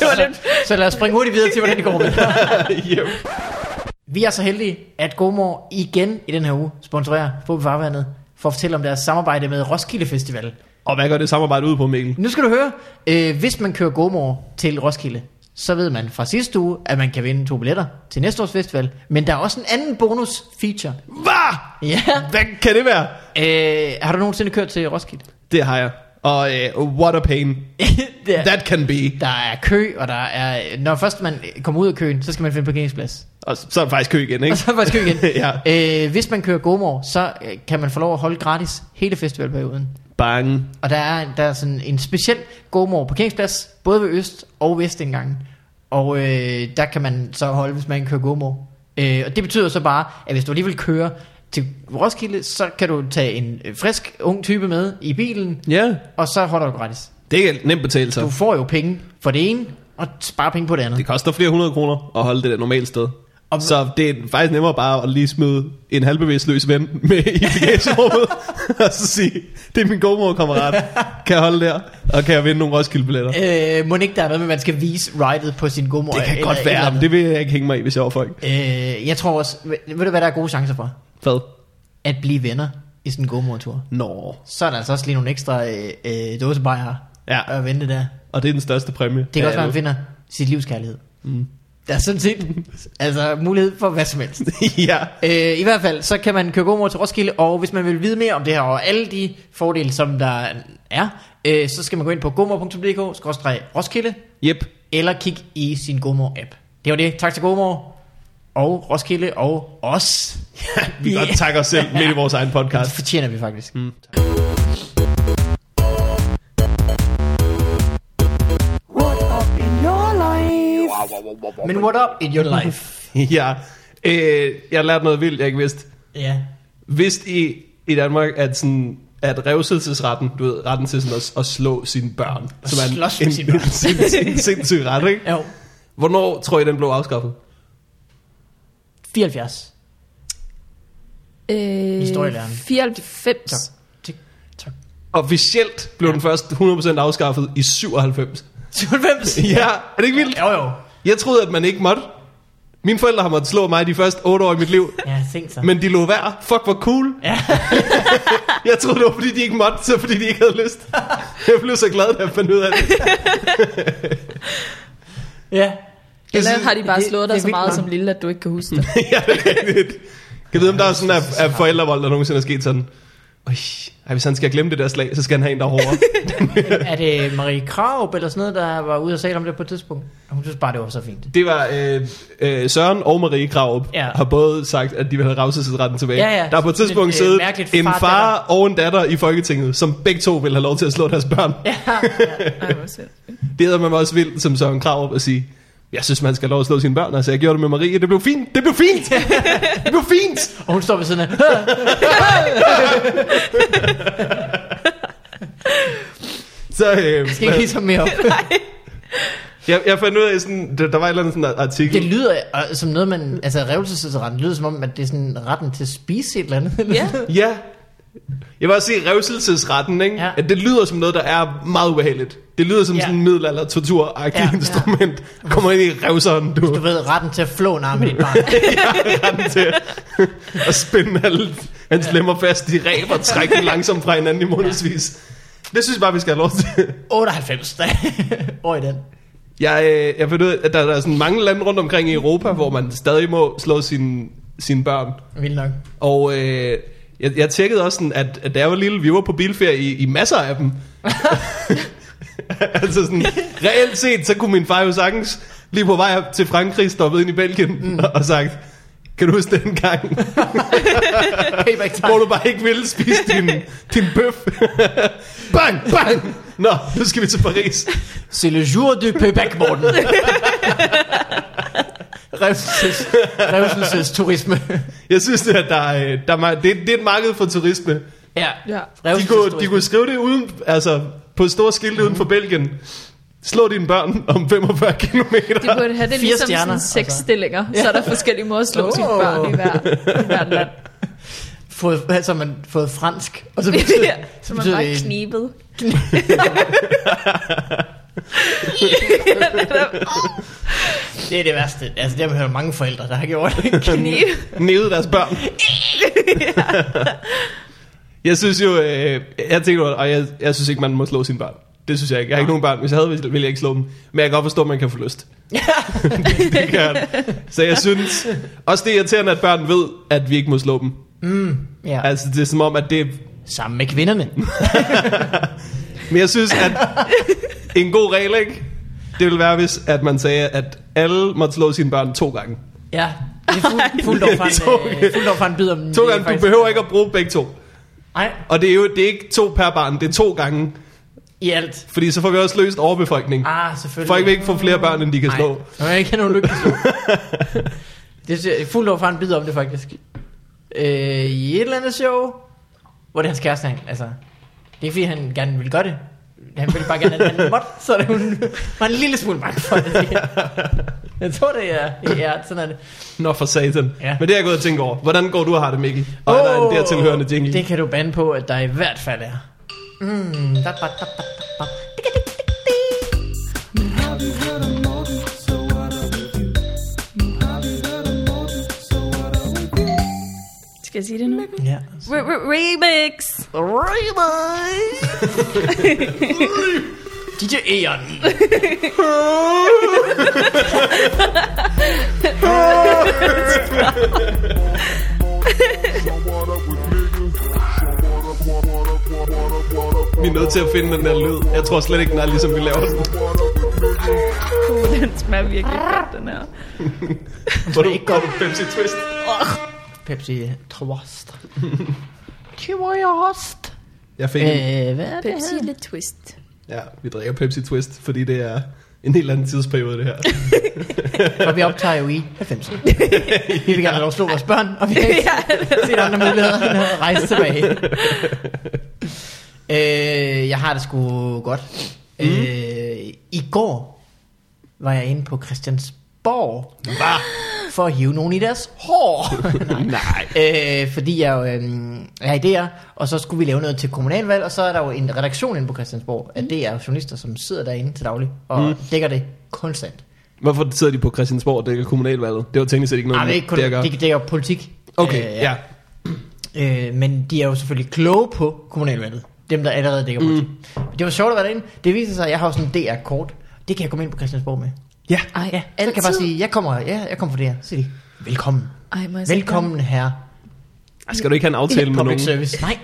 Speaker 2: det var lidt...
Speaker 3: Så lad os springe hurtigt videre til, hvordan det går med dig.
Speaker 1: yep.
Speaker 3: Vi er så heldige, at GoMore igen i den her uge sponsorerer Fobi Farvandet for at fortælle om deres samarbejde med Roskilde Festival.
Speaker 1: Og hvad gør det samarbejde ud på, Mikkel?
Speaker 3: Nu skal du høre, øh, hvis man kører GoMore til Roskilde, så ved man fra sidste uge, at man kan vinde to billetter til næste års festival. Men der er også en anden bonus feature.
Speaker 1: Hvad?
Speaker 3: Ja.
Speaker 1: Hvad kan det være?
Speaker 3: Øh, har du nogensinde kørt til Roskilde?
Speaker 1: Det har jeg. Og øh, what a pain.
Speaker 3: det er,
Speaker 1: That can be.
Speaker 3: der er kø, og der er... Når først man kommer ud af køen, så skal man finde parkeringsplads.
Speaker 1: Og så så er der faktisk kø igen,
Speaker 3: Og
Speaker 1: ikke?
Speaker 3: så er der faktisk kø igen.
Speaker 1: ja.
Speaker 3: øh, hvis man kører Gomor, så øh, kan man få lov at holde gratis hele festivalperioden.
Speaker 1: Bang.
Speaker 3: Og der er, der er sådan en speciel Gomor parkeringsplads, både ved øst og vest engang. Og øh, der kan man så holde, hvis man kører Gomor. Øh, og det betyder så bare, at hvis du alligevel kører til Roskilde, så kan du tage en øh, frisk, ung type med i bilen,
Speaker 1: Ja,
Speaker 3: og så holder du gratis.
Speaker 1: det kan nemt betale sig.
Speaker 3: Du får jo penge for det ene, og sparer penge på det andet.
Speaker 1: Det koster flere hundrede kroner at holde det der normalt sted.
Speaker 3: Og-
Speaker 1: Så det er faktisk nemmere bare at lige smide en halvbevidstløs ven med i bagagerummet, og så sige, det er min gode kammerat, kan jeg holde der, og kan jeg vinde nogle Roskilde-billetter.
Speaker 3: Øh, må ikke der er noget med, at man skal vise ridet på sin gomor?
Speaker 1: Det kan
Speaker 3: eller-
Speaker 1: godt
Speaker 3: eller et
Speaker 1: være, men
Speaker 3: eller
Speaker 1: det vil jeg ikke hænge mig i, hvis jeg var folk.
Speaker 3: andet. Øh, jeg tror også, ved, ved du hvad der er gode chancer for?
Speaker 1: Fad.
Speaker 3: At blive venner i sådan en gomor-tur.
Speaker 1: Nå.
Speaker 3: Så er der altså også lige nogle ekstra øh, øh, dåsebajer
Speaker 1: Ja.
Speaker 3: at vente der.
Speaker 1: Og det er den største præmie.
Speaker 3: Det kan ja, også være, man
Speaker 1: fedt.
Speaker 3: finder sit livskærlighed. Mm. Der er sådan set altså, mulighed for hvad som helst.
Speaker 1: ja.
Speaker 3: Øh, I hvert fald, så kan man køre GoMore til Roskilde, og hvis man vil vide mere om det her, og alle de fordele, som der er, øh, så skal man gå ind på gomor.dk-roskilde,
Speaker 1: Yep.
Speaker 3: eller kig i sin GoMore-app. Det var det. Tak til GoMore, og Roskilde, og os.
Speaker 1: Vi kan godt takke os selv midt i vores egen
Speaker 3: Det
Speaker 1: podcast.
Speaker 3: fortjener vi faktisk. Mm. Men what up in your life?
Speaker 1: ja. Øh, jeg har lært noget vildt, jeg ikke vidste.
Speaker 3: ja.
Speaker 1: Vidste I i Danmark, at sådan at revselsesretten, du ved, retten til sådan at, at slå sine børn.
Speaker 3: slås med
Speaker 1: en,
Speaker 3: sine børn.
Speaker 1: en, sin, sin, sindssyg ret, ikke?
Speaker 3: Jo,
Speaker 1: Hvornår tror I, den blev afskaffet?
Speaker 3: 74.
Speaker 2: Øh,
Speaker 3: Historielæreren.
Speaker 2: 94.
Speaker 3: Tak. Tik, tak.
Speaker 1: Officielt blev den først 100% afskaffet i 97.
Speaker 3: 97?
Speaker 1: Ja, er det ikke vildt?
Speaker 3: Jo, jo.
Speaker 1: Jeg troede, at man ikke måtte. Mine forældre har måttet slå mig de første 8 år i mit liv.
Speaker 3: Ja, tænk så.
Speaker 1: Men de lå værd. Fuck, hvor cool.
Speaker 3: Ja.
Speaker 1: jeg troede, det var, fordi de ikke måtte, så fordi de ikke havde lyst. Jeg blev så glad, da jeg fandt ud af det.
Speaker 3: ja.
Speaker 2: Eller
Speaker 1: synes,
Speaker 2: har de bare
Speaker 3: det-
Speaker 2: slået
Speaker 3: det
Speaker 2: dig
Speaker 3: er
Speaker 2: så
Speaker 3: vildt
Speaker 2: meget
Speaker 3: nok.
Speaker 2: som lille, at du ikke kan huske det?
Speaker 1: ja, det er rigtigt. Kan vide, om der er sådan, at, at forældrevold, der nogensinde er sket sådan. Øj, ej, hvis han skal glemme det der slag, så skal han have en, der er hårdere.
Speaker 3: Er det Marie Kraup eller sådan noget, der var ude og sagde om det på et tidspunkt? Hun synes bare, det var så fint.
Speaker 1: Det var øh, øh, Søren og Marie Kraup
Speaker 3: Ja.
Speaker 1: ja. har både sagt, at de vil have revselsesretten tilbage.
Speaker 3: Ja, ja.
Speaker 1: Der er på et
Speaker 3: Sådan
Speaker 1: tidspunkt
Speaker 3: et, øh,
Speaker 1: siddet
Speaker 3: mærkeligt
Speaker 1: en
Speaker 3: far-
Speaker 1: far og en datter i Folketinget, som begge to vil have lov til at slå deres børn.
Speaker 3: Ja.
Speaker 2: Ej, hvor sødt.
Speaker 1: Det hedder man også vildt som Søren Krav at sige, jeg synes, man skal have lov at slå sine børn. Altså, jeg gjorde det med Marie, det blev fint. Det blev fint. det blev fint.
Speaker 3: Og hun står ved siden af.
Speaker 1: Så øh,
Speaker 3: Skal ikke ligesom mere op.
Speaker 1: jeg, jeg fandt ud af, sådan, der, der var et eller andet sådan artikel.
Speaker 3: Det lyder øh, som noget, man... Altså, revelsesretten lyder som om, at det er sådan retten til at spise et eller andet. eller
Speaker 2: Ja.
Speaker 3: sådan noget.
Speaker 1: Ja. Jeg vil også sige revselsesretten, ikke?
Speaker 3: Ja.
Speaker 1: Ja. At det lyder som noget, der er meget ubehageligt. Det lyder som
Speaker 3: Ja.
Speaker 1: ja. sådan en middelalder tortur
Speaker 3: Ja, ja.
Speaker 1: ja. instrument. Kommer ind i revseren, du.
Speaker 3: Du ved, retten til at flå en arm i dit barn.
Speaker 1: retten til at spænde alle hans ja. lemmer fast i ræb og trække dem langsomt fra hinanden i månedsvis. Det synes jeg bare, vi skal have lov til.
Speaker 3: 98. År i den.
Speaker 1: Jeg, øh, jeg finder ud af, at der, der er sådan mange lande rundt omkring i Europa, hvor man stadig må slå sine sin børn.
Speaker 3: Vildt nok.
Speaker 1: Og øh, jeg, jeg tjekkede også, sådan, at, at da jeg var lille, vi var på bilferie i, i masser af dem. altså sådan, reelt set, så kunne min far jo sagtens lige på vej op til Frankrig, stoppet ind i Belgien mm. og sagt, kan du huske den gang,
Speaker 3: Payback
Speaker 1: hvor
Speaker 3: time.
Speaker 1: du bare ikke ville spise din, din bøf? bang, bang! Nå, nu skal vi til Paris.
Speaker 3: C'est le jour du payback, Morten. Revselses- Revselses turisme.
Speaker 1: Jeg synes, at der, er, øh, der er, meget- det, det er et marked for turisme.
Speaker 3: ja.
Speaker 2: Ja.
Speaker 1: De kunne, de kunne skrive det uden, altså, på store skilte uden for Belgien. Slå dine børn om 45 km.
Speaker 2: De burde have det
Speaker 3: Fire
Speaker 2: ligesom
Speaker 3: stjerner,
Speaker 2: sådan seks
Speaker 3: altså.
Speaker 2: stillinger. Så er der forskellige måder at slå
Speaker 3: Åh.
Speaker 2: sine børn i hver, i hver land.
Speaker 3: fået, altså man fået fransk, og så betyder,
Speaker 2: Ja, så man bare
Speaker 3: det,
Speaker 2: knibet.
Speaker 3: det er det værste. Altså det har man hørt mange forældre, der har gjort det.
Speaker 2: Knib.
Speaker 1: Nævede deres børn. Jeg synes jo, øh, jeg tænker, over det, og jeg, jeg synes ikke, man må slå sine børn. Det synes jeg ikke. Jeg har ikke nogen børn. Hvis jeg havde, ville ville jeg ikke slå dem. Men jeg kan godt forstå, at man kan få lyst. det, det kan jeg. Så jeg synes... Også det er irriterende, at børn ved, at vi ikke må slå dem.
Speaker 3: Ja.
Speaker 1: Altså, det er som om, at det...
Speaker 3: Sammen med kvinderne.
Speaker 1: Men jeg synes, at en god regel, ikke? Det ville være, hvis at man sagde, at alle måtte slå sine børn to gange.
Speaker 3: ja. Det er fuld, fuldt over
Speaker 1: To-
Speaker 3: for en, øh, fuldt over for en bid om
Speaker 1: To
Speaker 3: det er
Speaker 1: gange. Du
Speaker 3: faktisk-
Speaker 1: behøver ikke at bruge begge to.
Speaker 3: Nej,
Speaker 1: Og det er jo det er ikke to per barn, det er to gange.
Speaker 3: i alt.
Speaker 1: Fordi så får vi også løst overbefolkning.
Speaker 3: Ah, selvfølgelig.
Speaker 1: Folk vil ikke få flere børn, end de kan
Speaker 3: Nej,
Speaker 1: slå.
Speaker 3: der er ikke nogen lykke. det er fuldt over for en bid om det, faktisk. Øh, I et eller andet show, hvor det er hans kæreste, han, altså, det er ikke fordi, han gerne ville gøre det. Han ville bare gerne, at han måtte, så det, hun var en lille smule magt for det. Jeg tror, det er, ja, sådan er det.
Speaker 1: Nå for satan.
Speaker 3: Ja.
Speaker 1: Ja. Men det har jeg gået og tænkt over. Hvordan går du og har det, Mikkel? Og oh, er der en dertilhørende jingle?
Speaker 3: Det kan du bande på, at der i hvert fald er. Mm. da, ba, da, ba, da, ba.
Speaker 2: Skal jeg sige det nu?
Speaker 3: Ja.
Speaker 2: Remix!
Speaker 3: DJ Eon.
Speaker 1: Vi er nødt til at finde den der lyd. Jeg tror slet ikke, den er ligesom vi laver den.
Speaker 2: Uh, den smager virkelig godt, den her.
Speaker 1: Hvor du, hvor du Pepsi Twist.
Speaker 3: Pepsi Trost. Trost.
Speaker 1: Jeg fik en.
Speaker 3: Øh, hvad er det
Speaker 2: Pepsi
Speaker 3: her?
Speaker 2: Le Twist.
Speaker 1: Ja, vi drikker Pepsi Twist, fordi det er en helt anden tidsperiode, det her.
Speaker 3: Og vi optager jo i 90'erne. Vi vil gerne have lov at slå vores børn, og vi har ikke set andre muligheder end at rejse tilbage. Øh, jeg har det sgu godt. Mm. Øh, I går var jeg inde på Christiansborg
Speaker 1: Hva?
Speaker 3: for at hive nogen i deres hår.
Speaker 1: Nej.
Speaker 3: Øh, fordi jeg jo øh, er i DR, og så skulle vi lave noget til kommunalvalg, og så er der jo en redaktion inde på Christiansborg, at det er journalister, som sidder derinde til daglig, og mm. dækker det konstant.
Speaker 1: Hvorfor sidder de på Christiansborg og dækker kommunalvalget? Det var teknisk set ikke noget,
Speaker 3: Nej, det er Ah, ikke kun, det,
Speaker 1: jeg gør.
Speaker 3: det, det er jo politik.
Speaker 1: Okay, ja.
Speaker 3: Øh, men de er jo selvfølgelig kloge på kommunalvalget. Dem, der allerede dækker politik. Mm. Det var sjovt at være derinde. Det viser sig, at jeg har jo sådan en DR-kort. Det kan jeg komme ind på Christiansborg med.
Speaker 1: Ja.
Speaker 2: Ej,
Speaker 3: Ja, så kan jeg bare sige, jeg kommer, ja, jeg kommer fra DR. Så siger de, velkommen.
Speaker 2: Ej, må jeg så
Speaker 3: Velkommen herre.
Speaker 1: Ej, Ah, Skal du ikke have en aftale med
Speaker 3: Public
Speaker 1: nogen?
Speaker 3: service. Nej,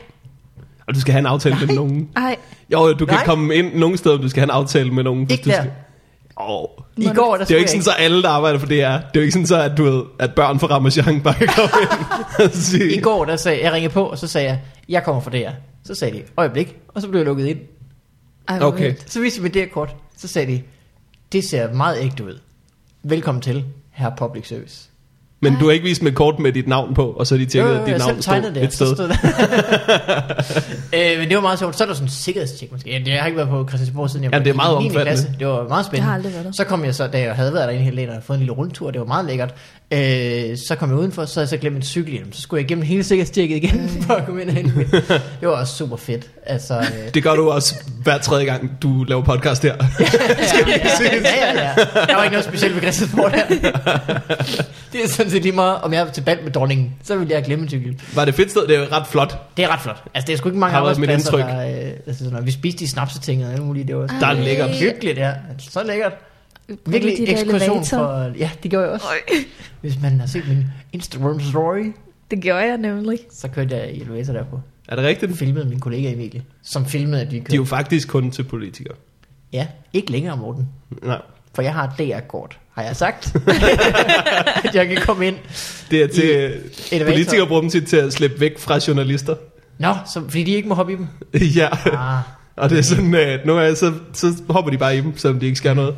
Speaker 1: Og du skal have en aftale med
Speaker 3: Nej.
Speaker 1: nogen.
Speaker 2: gerne? Ej,
Speaker 1: Jo, du kan
Speaker 3: Nej.
Speaker 1: komme ind nogen steder, men du skal have en aftale med nogen. hvis
Speaker 3: ikke
Speaker 1: du
Speaker 3: der.
Speaker 1: skal- Åh.
Speaker 3: I går, der
Speaker 1: Det er jo
Speaker 3: skulle
Speaker 1: ikke sådan,
Speaker 3: jeg
Speaker 1: så alle, der arbejder for DR, det er jo ikke sådan så, at, du ved, at børn fra Ramachan bare kan komme ind og sige...
Speaker 3: I går, der sagde, jeg ringede på, og så sagde jeg, jeg kommer fra DR. Så sagde de, øjeblik, og så blev jeg lukket ind.
Speaker 2: ej, hvor
Speaker 1: Okay.
Speaker 2: vildt.
Speaker 3: Så viste jeg mit DR-kort, så sagde de, det ser meget ægte ud. Velkommen til, herre public service.
Speaker 1: Men du har ikke vist med kort med dit navn på, og så har de tjekket, at dit
Speaker 3: jeg
Speaker 1: navn
Speaker 3: selv tegnede
Speaker 1: stod
Speaker 3: det,
Speaker 1: et
Speaker 3: så
Speaker 1: sted.
Speaker 3: stod der. øh, men det var meget sjovt. Så er der sådan en sikkerhedstjek måske. Ja, Jeg har ikke været på Christiansborg siden jeg
Speaker 1: Ja, det er
Speaker 3: i
Speaker 1: meget
Speaker 3: 9.
Speaker 1: omfattende.
Speaker 3: Klasse. Det var meget spændende.
Speaker 2: Jeg har aldrig været der.
Speaker 3: Så kom jeg så, da jeg havde været der en hel del, og fået en lille rundtur, det var meget lækkert. Øh, så kom jeg udenfor, så havde jeg så glemt min cykelhjelm. Så skulle jeg igennem hele sikkerhedstjekket
Speaker 2: Øh.
Speaker 3: igen, for at komme ind og hente min. Det var også super fedt. Altså, øh,
Speaker 1: Det gør du også hver tredje gang, du laver podcast her.
Speaker 3: ja, ja, ja, ja. Der var ikke noget specielt ved Christiansborg der. det er sådan set lige meget, om jeg er til bal med dronningen, så ville jeg glemme min cykelhjelm.
Speaker 1: Var det et fedt sted? Det er jo ret flot.
Speaker 3: Det er ret flot. Altså, det er sgu ikke mange
Speaker 1: Har været mit
Speaker 3: arbejdspladser, der... Øh, altså, når vi spiste de snapseting og alt muligt, det var
Speaker 1: Der er lækkert.
Speaker 3: hyggeligt, ja. Altså, Så lækkert.
Speaker 2: Hvor er
Speaker 3: Virkelig
Speaker 2: de der
Speaker 3: ekskursion
Speaker 2: elevator?
Speaker 3: for... Ja, det gjorde jeg også.
Speaker 2: Øj,
Speaker 3: Hvis man har set min Instagram story,
Speaker 2: det gjorde jeg nemlig.
Speaker 3: så kørte jeg i elevator derpå.
Speaker 1: Er det rigtigt?
Speaker 3: Jeg filmede min kollega Emilie, som filmede, at vi
Speaker 1: De er jo
Speaker 3: kørte.
Speaker 1: faktisk kun til politikere.
Speaker 3: Ja, ikke længere, Morten.
Speaker 1: Nej,
Speaker 3: For jeg har DR-kort, har jeg sagt. at jeg kan komme ind.
Speaker 1: det er til... øh,
Speaker 3: elevator.
Speaker 1: Politikere bruger dem tit til at slippe væk fra journalister.
Speaker 3: Nå, så, fordi de ikke må hoppe i dem.
Speaker 1: ja,
Speaker 3: Ah,
Speaker 1: og det er sådan, at nogle gange, så, så hopper de bare i dem, selvom de ikke skal noget.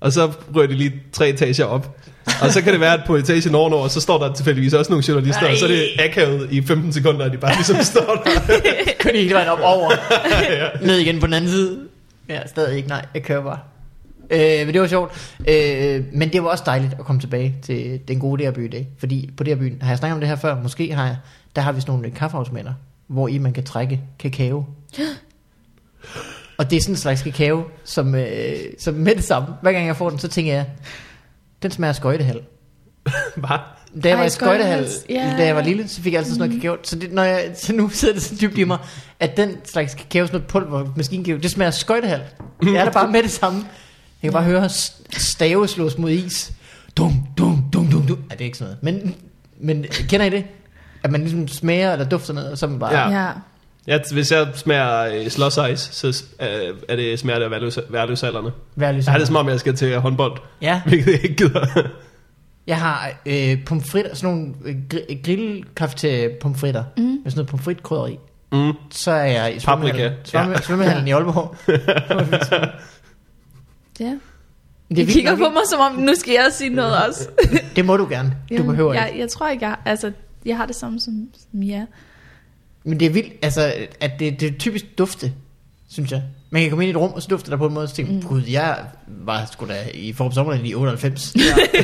Speaker 1: Og så rører de lige tre etager op. Og så kan det være, at på etagen ovenover, så står der tilfældigvis også nogle journalister, Ej. og så er det akavet i 15 sekunder, at de bare ligesom står der.
Speaker 3: kører de hele vejen op over. Ned igen på den anden side. Ja, stadig ikke, nej. Jeg kører bare. Øh, men det var sjovt. Øh, men det var også dejligt at komme tilbage til den gode DR-by i dag. Fordi på DR-byen, har jeg snakket om det her før? Måske har jeg. Der har vi sådan nogle kaffeautomater, hvor i man kan trække kakao. Og det er sådan en slags kakao, som, øh, som med det samme, hver gang jeg får den, så tænker jeg, den smager skøjtehal.
Speaker 1: Bare.
Speaker 3: da jeg
Speaker 2: Ej,
Speaker 3: var i skøjtehal,
Speaker 2: skøjtehals. Ja. Mhm.
Speaker 3: ja. da jeg var lille, så fik jeg altid sådan noget kakao. Så, det, når jeg, så nu sidder det så dybt i mig, at den slags kakao, sådan noget pulver, maskinkakao, det smager af skøjtehal. Jeg er der bare med det samme. Jeg kan bare høre s- stave slås mod is. Dum, dum, dum, dum, dum. Ej, det er ikke sådan noget. Men, men kender I det? At man ligesom smager eller dufter noget, og så er man bare...
Speaker 1: Ja.
Speaker 3: Ja.
Speaker 2: Ja.
Speaker 1: Ja, hvis jeg smager slås ice, så øh, er det smager det af værløs- værløsalderne. Jeg har det som om, jeg skal til håndbold,
Speaker 3: ja.
Speaker 1: hvilket jeg ikke gider.
Speaker 3: Jeg har øh, pomfritter, sådan nogle øh, gr- grillkafte pomfritter, mm. med sådan noget pomfritkrydderi.
Speaker 1: Mm.
Speaker 3: Så er jeg i
Speaker 1: Paprika.
Speaker 3: svømmehallen, svømme, ja. svømmehallen i Aalborg.
Speaker 2: ja.
Speaker 3: Det
Speaker 2: De
Speaker 3: vildt
Speaker 2: kigger
Speaker 3: nok,
Speaker 2: på mig som om, nu skal jeg sige noget også.
Speaker 3: ikke? Det må du gerne. Du
Speaker 2: Jamen,
Speaker 3: behøver
Speaker 2: jeg,
Speaker 3: ikke.
Speaker 2: jeg tror ikke, jeg, altså, jeg har det samme som, som jer.
Speaker 3: Men det er vildt, altså, at det, det er typisk dufte, synes jeg. Man kan komme ind i et rum, og så dufter der på en måde, og så tænker, mm. gud, jeg var sgu da i Forbes Sommerland i 98. Ja.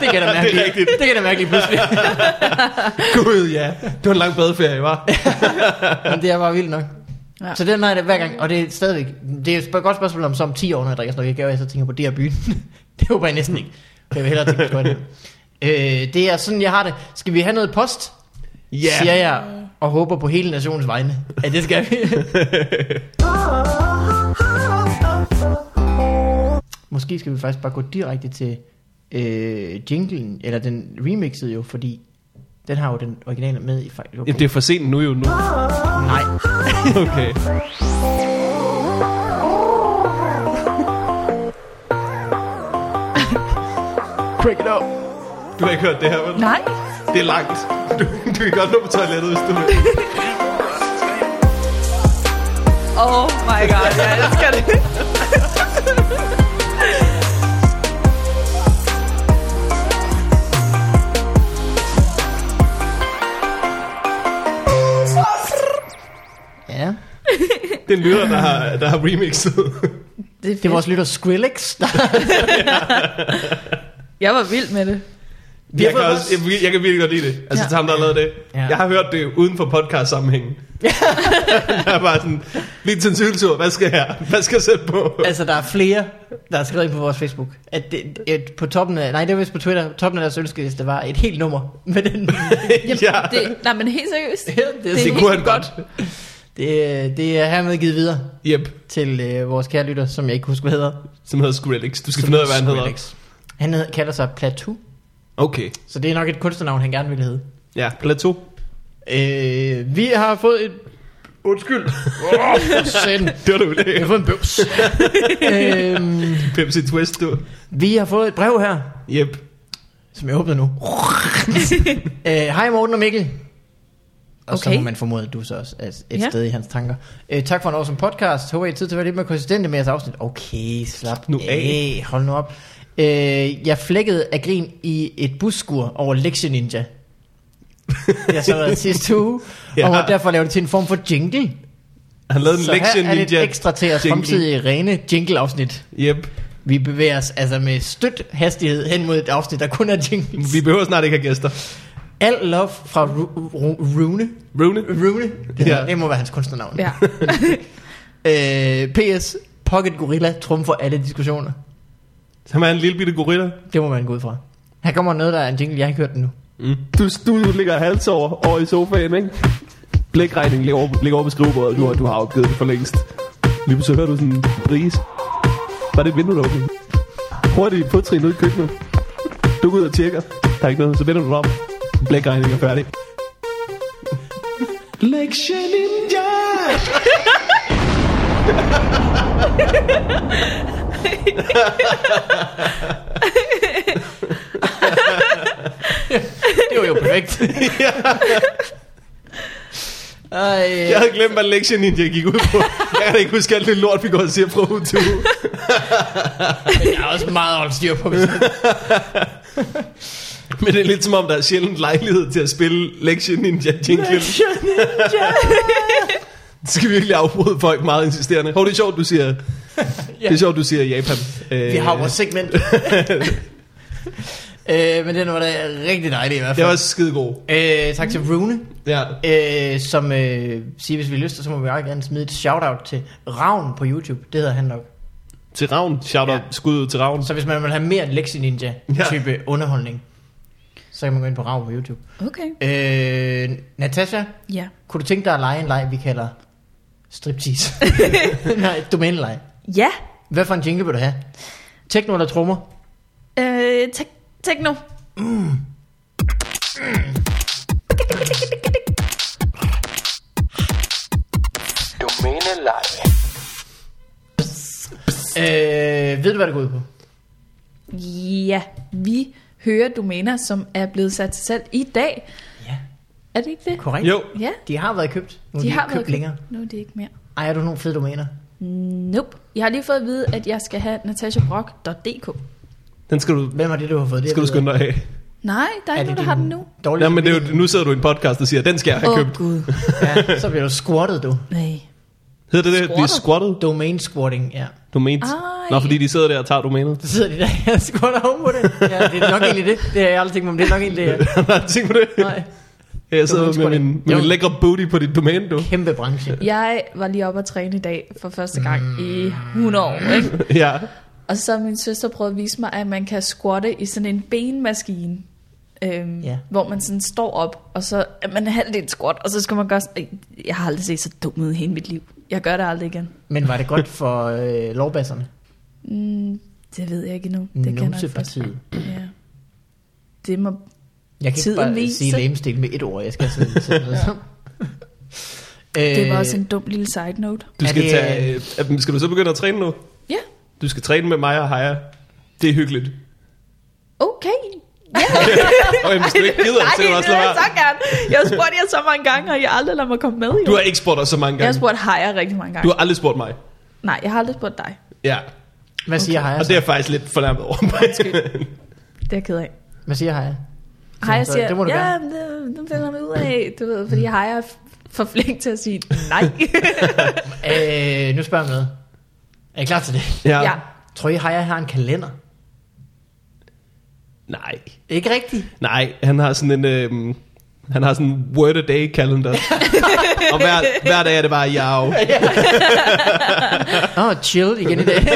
Speaker 3: det kan jeg da mærke.
Speaker 1: Det er
Speaker 3: lige-
Speaker 1: rigtigt.
Speaker 3: Det kan jeg da mærke lige pludselig.
Speaker 1: Gud ja, det var en lang badeferie, var.
Speaker 3: Men det er bare vildt nok.
Speaker 2: Ja.
Speaker 3: Ja. Så den er det hver gang, og det er stadigvæk, det er et sp- godt spørgsmål om, så om 10 år, når jeg drikker sådan noget, jeg jeg så tænker på det her byen. det håber jeg næsten ikke. For Jeg vil hellere tænke på det. øh, det er sådan, jeg har det. Skal vi have noget post?
Speaker 1: Ja.
Speaker 3: Siger jeg, og håber på hele nationens vegne. Ja, det skal vi. Måske skal vi faktisk bare gå direkte til øh, jinglen, eller den remixede jo, fordi den har jo den originale med i faktisk.
Speaker 1: Jamen, det er for sent nu jo nu.
Speaker 3: Nej.
Speaker 1: Okay.
Speaker 3: Break it up.
Speaker 1: Du har ikke hørt det her, vel?
Speaker 2: Nej.
Speaker 1: Det er langt. Du, du kan godt nå på toilettet, hvis du vil.
Speaker 2: Oh my god, jeg elsker det.
Speaker 3: Ja.
Speaker 1: Det er en lytter, der har, der har remixet.
Speaker 2: Det er
Speaker 3: Det
Speaker 2: fedt.
Speaker 3: er vores lytter Skrillex. der-
Speaker 2: Jeg var vild med det.
Speaker 3: har
Speaker 1: Jeg kan,
Speaker 3: fået
Speaker 1: også, jeg, jeg kan virkelig godt lide det. Altså,
Speaker 2: Ja.
Speaker 1: ja. til ham, der har lavet det.
Speaker 3: Ja.
Speaker 1: Ja. Jeg har hørt det uden for podcast-sammenhængen. jeg er bare sådan, lige til en cykeltur. Hvad skal jeg? Hvad skal jeg sætte på?
Speaker 3: altså, der er flere, der har skrevet ind på vores Facebook, at det, et, på toppen af, nej, det var vist på Twitter, toppen af deres ønskeliste var et helt nummer med den.
Speaker 1: ja.
Speaker 2: det. Nej, men helt seriøst.
Speaker 3: det,
Speaker 1: Det
Speaker 3: er,
Speaker 1: kunne han godt.
Speaker 3: det, det er hermed givet videre
Speaker 1: Yep.
Speaker 3: til øh, vores kære lytter, som jeg ikke husker, hvad hedder.
Speaker 1: Som hedder Skrillex. Du skal finde ud af, hvad han hedder.
Speaker 3: Skrillex. Han hedder, kalder sig Plateau,
Speaker 1: Okay.
Speaker 3: så det er nok et kunstnernavn, han gerne ville hedde.
Speaker 1: Ja, plateau.
Speaker 3: Øh, vi har fået et...
Speaker 1: Undskyld.
Speaker 3: Åh, send.
Speaker 1: det var du
Speaker 3: Vi har
Speaker 1: det.
Speaker 3: fået en bøvs. øhm,
Speaker 1: Pepsi Twist, du.
Speaker 3: vi har fået et brev her,
Speaker 1: Yep.
Speaker 3: som jeg åbner nu. Øh, Hej Morten og Mikkel. Og okay. så
Speaker 2: Okay.
Speaker 3: må man formode, at du så også er et
Speaker 2: Ja.
Speaker 3: ja. sted i hans tanker. Øh, tak for en awesome podcast. Håber I har tid til at være lidt mere konsistente med jeres afsnit. Okay, slap
Speaker 1: nu
Speaker 3: nu
Speaker 1: af.
Speaker 3: af. Hold nu op. Øh, jeg flækkede af grin i et busskur over Lexion Ninja. Jeg så været sidste uge,
Speaker 1: Ja.
Speaker 3: ja. og må derfor lave det til en form for jingle.
Speaker 1: Han lavede en
Speaker 3: Så her
Speaker 1: lektion
Speaker 3: er lidt
Speaker 1: ninja.
Speaker 3: ekstra til jeres
Speaker 1: jingle.
Speaker 3: fremtidige rene jingle-afsnit.
Speaker 1: Yep.
Speaker 3: Vi bevæger os altså med støt hastighed hen mod et afsnit, der kun er jingles.
Speaker 1: Vi behøver snart ikke have gæster.
Speaker 3: Al love fra Ru- Ru- Rune.
Speaker 1: Rune?
Speaker 3: Rune? Det,
Speaker 1: Ja.
Speaker 3: ja. det må være hans kunstnernavn.
Speaker 2: Ja.
Speaker 3: Øh, PS. Pocket Gorilla trumfer alle diskussioner.
Speaker 1: Han er en lille bitte gorilla.
Speaker 3: Det må man gå ud fra. Her kommer noget, der er en jingle, jeg ikke har hørt den nu.
Speaker 1: Mm. Du, du ligger hals over, over i sofaen, ikke? Blækregningen ligger over, ligger over på skrivebordet nu, og du har opgivet det for længst. Lige så hører du sådan en bris. Var det et vindue, der åbnede? Hurtigt på trin ud i køkkenet. Du går ud og tjekker. Der er ikke noget, så vender du dig om. Blækregningen er færdig. Lektion Ninja!
Speaker 3: Det var jo perfekt. Ej,
Speaker 1: Jeg havde glemt, hvad Lektion Ninja gik ud på. Jeg kan da ikke huske alt det lort, vi går og siger fra uge til uge.
Speaker 3: jeg er også meget holdt styr på, hvis
Speaker 1: Men det er lidt som om, der er sjældent lejlighed til at spille Lection Ninja Jingle. Det skal virkelig afbryde folk meget insisterende. Hov, det er sjovt, du siger... Det er sjovt, du siger Japan. Øh,
Speaker 3: vi har vores segment. øh, men den var da rigtig dejlig i hvert
Speaker 1: Det
Speaker 3: fald.
Speaker 1: var også skide god.
Speaker 3: Øh, tak til Rune,
Speaker 1: Ja.
Speaker 3: øh, som øh, siger, hvis vi har lyst, så må vi meget gerne smide et shout-out til Ravn på YouTube. Det hedder han nok.
Speaker 1: Til Ravn. Shout out.
Speaker 3: Ja.
Speaker 1: Skud ud til Ravn.
Speaker 3: Så hvis man vil have mere Lexi Ninja type ja. underholdning, så kan man gå ind på Rav på YouTube.
Speaker 2: Okay.
Speaker 3: Øh, Natasha,
Speaker 2: Ja.
Speaker 3: kunne du tænke dig at lege en leg, vi kalder striptease? Nej, domænelej.
Speaker 2: Ja.
Speaker 3: Hvad for en jingle vil du have? Tekno eller trommer?
Speaker 2: Øh, te- techno.
Speaker 4: Domæneleje.
Speaker 3: Øh, ved du, hvad det går ud på?
Speaker 2: Ja. Vi hører domæner, som er blevet sat til salg i dag.
Speaker 3: Ja.
Speaker 2: Er det ikke det?
Speaker 3: Korrekt.
Speaker 1: Jo,
Speaker 2: Ja.
Speaker 3: De har været købt. Nu er
Speaker 2: De har
Speaker 3: ikke
Speaker 2: været
Speaker 3: købt længere.
Speaker 2: Nu er det ikke mere.
Speaker 3: Ej, er du nogle fede domæner?
Speaker 2: Nope. Jeg har lige fået at vide, at jeg skal have natashabrock.dk.
Speaker 1: den skal du,
Speaker 3: Hvem er det, du har fået det?
Speaker 1: skal du
Speaker 3: at vide
Speaker 1: skynde dig af.
Speaker 2: Nej, der er
Speaker 3: af?
Speaker 2: ikke nogen, der
Speaker 3: din
Speaker 2: har den nu.
Speaker 3: Dårlige
Speaker 1: Jamen, det er jo,
Speaker 3: samvittighed?
Speaker 1: nu sidder du i en podcast og siger, den skal jeg have
Speaker 2: Åh,
Speaker 1: købt.
Speaker 2: Gud.
Speaker 3: ja, så bliver du squattet, du.
Speaker 2: Nej.
Speaker 1: Hedder det det? De er
Speaker 2: Squatter.
Speaker 1: squattet?
Speaker 3: Domain squatting, ja.
Speaker 1: Domænet.
Speaker 2: Ej.
Speaker 1: Nå, fordi de sidder der og tager domænet.
Speaker 3: Så sidder de der og squatter oven på det. Ja, det er nok egentlig det. Det har jeg aldrig tænkt mig, om det er nok egentlig det.
Speaker 1: Har du tænkt på det?
Speaker 3: Ja. Nej.
Speaker 1: Jeg sidder med
Speaker 3: Domæneskrotte.
Speaker 1: min, med min
Speaker 3: Jo.
Speaker 1: lækre booty på dit domæne, du.
Speaker 3: Kæmpe branche.
Speaker 2: Jeg var lige oppe at træne i dag for første gang i
Speaker 3: Mm.
Speaker 2: 100 år, ikke?
Speaker 1: Ja.
Speaker 2: Og så har min søster prøvet at vise mig, at man kan squatte i sådan en benmaskine. Øhm,
Speaker 3: Ja.
Speaker 2: ja. Hvor man sådan står op, og så er man halvdelen squat, og så skal man gøre... s- Ej, Jeg har aldrig set så dum ud i hele mit liv. Jeg gør det aldrig igen.
Speaker 3: Men var det godt for øh, lovbasserne?
Speaker 2: Mm, det ved jeg ikke nu. Det kan jeg nok først.
Speaker 3: Numsepartiet.
Speaker 2: Ja. Det må...
Speaker 3: Jeg kan
Speaker 2: Tiden
Speaker 3: ikke bare
Speaker 2: viser.
Speaker 3: sige lægemstil med et ord. Jeg skal sådan sådan noget. Øh, ja.
Speaker 1: Øh.
Speaker 2: Det var også en dum lille side note.
Speaker 1: Du
Speaker 3: Er
Speaker 1: skal,
Speaker 3: det-
Speaker 1: tage, øh, skal du så begynde at træne nu?
Speaker 2: Ja,
Speaker 1: Du skal træne med mig og Haya. Det er hyggeligt.
Speaker 2: okay.
Speaker 1: Og hvis du ikke gider,
Speaker 2: Nej,
Speaker 1: så kan du også lade
Speaker 2: vil jeg så
Speaker 1: være.
Speaker 2: gerne. Jeg har spurgt jer så mange gange, og jeg har aldrig ladet mig komme med. Jo.
Speaker 1: Du har ikke spurgt os så mange
Speaker 2: Jeg har
Speaker 1: gange.
Speaker 2: spurgt har jeg rigtig mange gange.
Speaker 1: Du har aldrig spurgt mig.
Speaker 2: Nej, jeg har aldrig spurgt dig.
Speaker 1: Ja,
Speaker 3: Hvad siger okay. Heja?
Speaker 1: og det er jeg faktisk lidt fornærmet over mig.
Speaker 2: Det er jeg ked af.
Speaker 3: Hvad siger Heja?
Speaker 2: Har jeg
Speaker 3: så
Speaker 2: siger,
Speaker 3: det må du
Speaker 2: ja,
Speaker 3: gøre."
Speaker 2: men øh, det, det finder mig ud af, du ved, fordi har jeg er f- for flink til at sige nej.
Speaker 3: Øh, nu spørger jeg om noget. Er I klar til det?
Speaker 1: Ja.
Speaker 2: ja.
Speaker 3: Tror I, Heja har en kalender?
Speaker 1: Nej.
Speaker 3: Ikke rigtigt.
Speaker 1: Nej, han har sådan en... Øhm, han har sådan en word a day kalender. og hver, hver dag er det bare jav.
Speaker 3: Åh, oh, chill igen i dag.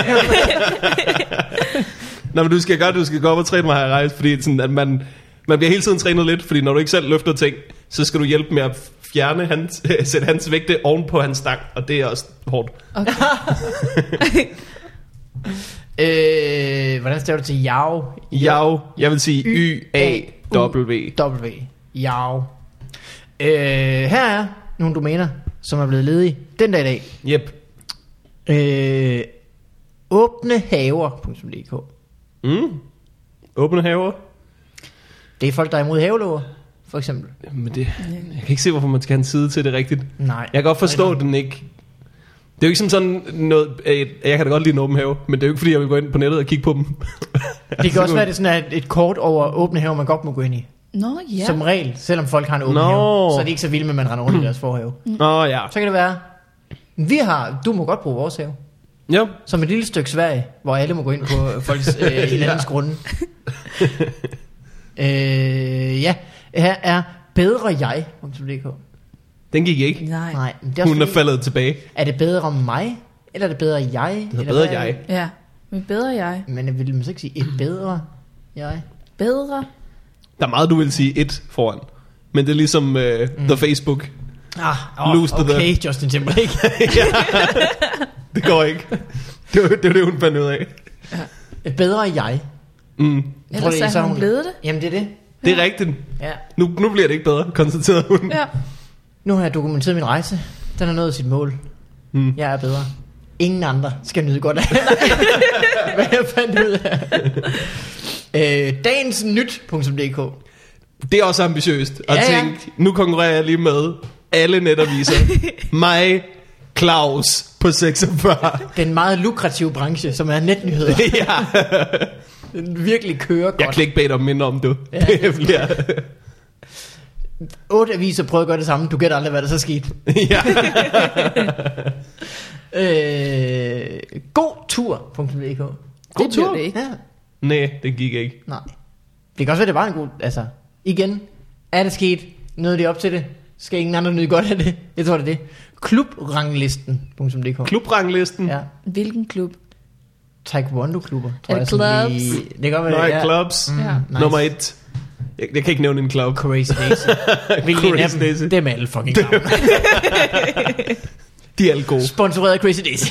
Speaker 1: Nå, men du skal godt, du skal gå op og træne mig her rejse, fordi sådan, at man, man bliver hele tiden trænet lidt, fordi når du ikke selv løfter ting, så skal du hjælpe med at fjerne hans, sætte hans vægte oven på hans stang, og det er også hårdt.
Speaker 3: øh, hvordan står du til Jav?
Speaker 1: Jav, jeg vil sige Y-A-W.
Speaker 3: W. Jav. Øh, her er nogle domæner, som er blevet ledige den dag i dag.
Speaker 1: Yep.
Speaker 3: Øh, åbnehaver.dk
Speaker 1: Mm. Åbne haver.
Speaker 3: Det er folk, der er imod havelover, for eksempel.
Speaker 1: Jamen det, jeg kan ikke se, hvorfor man skal have en side til det rigtigt.
Speaker 3: Nej.
Speaker 1: Jeg kan godt forstå, at den ikke... Det er jo ikke som sådan noget... øh, Jeg kan da godt lide en åben have, men det er jo ikke, fordi jeg vil gå ind på nettet og kigge på dem.
Speaker 3: Det
Speaker 1: Altså,
Speaker 3: kan også være, at det er sådan er et kort over åbne haver, man godt må gå ind i.
Speaker 2: Nå
Speaker 3: Ja.
Speaker 2: ja.
Speaker 3: Som regel, selvom folk har en åben
Speaker 1: Nå.
Speaker 3: have, så er de ikke så vilde med, at man render rundt i deres forhave.
Speaker 1: Nå ja.
Speaker 3: Så kan det være, vi har, du må godt bruge vores have.
Speaker 1: Jo.
Speaker 3: Som et lille stykke Sverige, hvor alle må gå ind på folks øh, hinandens grunde. øh, ja, her er bedre jeg. .dk.
Speaker 1: Den gik ikke.
Speaker 2: Nej.
Speaker 3: Nej, men det er, også
Speaker 1: Hun er
Speaker 3: fordi-
Speaker 1: faldet tilbage.
Speaker 3: er det bedre mig, eller er det bedre jeg?
Speaker 1: Det er
Speaker 3: Eller
Speaker 1: bedre
Speaker 3: hvad er
Speaker 1: jeg.
Speaker 2: Ja. Men bedre jeg.
Speaker 3: det? Men vil man så ikke sige et bedre jeg?
Speaker 2: Bedre.
Speaker 1: Der er meget, du vil sige et foran. Men det er ligesom uh, mm. The Facebook.
Speaker 3: Ah,
Speaker 1: Lose to
Speaker 3: okay, Justin Timberlake.
Speaker 1: ja. Det går ikke. Det var det, var det hun fandt ud af.
Speaker 3: et bedre jeg.
Speaker 1: Mm.
Speaker 3: Jeg
Speaker 2: Ellers
Speaker 3: det er
Speaker 2: er
Speaker 3: sådan-
Speaker 2: hun blevet det.
Speaker 3: Jamen det er det.
Speaker 1: Det er rigtigt.
Speaker 3: Ja.
Speaker 1: Nu, nu bliver det ikke bedre, konstaterede hun.
Speaker 2: Ja.
Speaker 3: Nu har jeg dokumenteret min rejse. Den har nået sit mål.
Speaker 1: Mm.
Speaker 3: Jeg er bedre. Ingen andre skal nyde godt af, hvad jeg fandt ud af. Øh, dagensnyt.dk
Speaker 1: Det er også ambitiøst at
Speaker 3: Ja, ja.
Speaker 1: ja, tænke, nu konkurrerer jeg lige med alle netaviser. mig, Claus på 46.
Speaker 3: Den meget lukrative branche, som er netnyheder.
Speaker 1: ja.
Speaker 3: Den virkelig kører
Speaker 1: Jeg
Speaker 3: godt.
Speaker 1: clickbaiter om mindre om, du.
Speaker 3: Ja.
Speaker 1: Ja. Det bliver...
Speaker 3: Otte aviser prøvede at gøre det samme. Du gætter aldrig, hvad der så skete.
Speaker 1: ja.
Speaker 3: Øh, godtur.dk
Speaker 1: God
Speaker 2: det bliver
Speaker 1: tur.
Speaker 2: det ikke.
Speaker 3: Ja,
Speaker 1: Nej, det gik ikke.
Speaker 3: nej. Det kan også være, det var en god... Altså, igen. Er det sket? Nåede de op til det? Skal ingen andre nyde godt af det? Jeg tror, det er det. Klubranglisten.dk
Speaker 1: Klubranglisten. Ja.
Speaker 3: Ja.
Speaker 2: Hvilken klub?
Speaker 3: Taekwondo-klubber, tror
Speaker 2: Er det
Speaker 3: jeg. sådan
Speaker 2: clubs?
Speaker 3: Lige, det kan godt være,
Speaker 1: Nå,
Speaker 3: det
Speaker 1: ja. clubs.
Speaker 2: Ja.
Speaker 1: Nice. Nummer et. Jeg, jeg kan ikke nævne en cloud.
Speaker 3: Crazy Daisy. Hvilken af
Speaker 1: Crazy Daisy.
Speaker 3: dem? Dem er alle fucking gamle.
Speaker 1: De er alle gode.
Speaker 3: Sponsoreret af Crazy Daisy.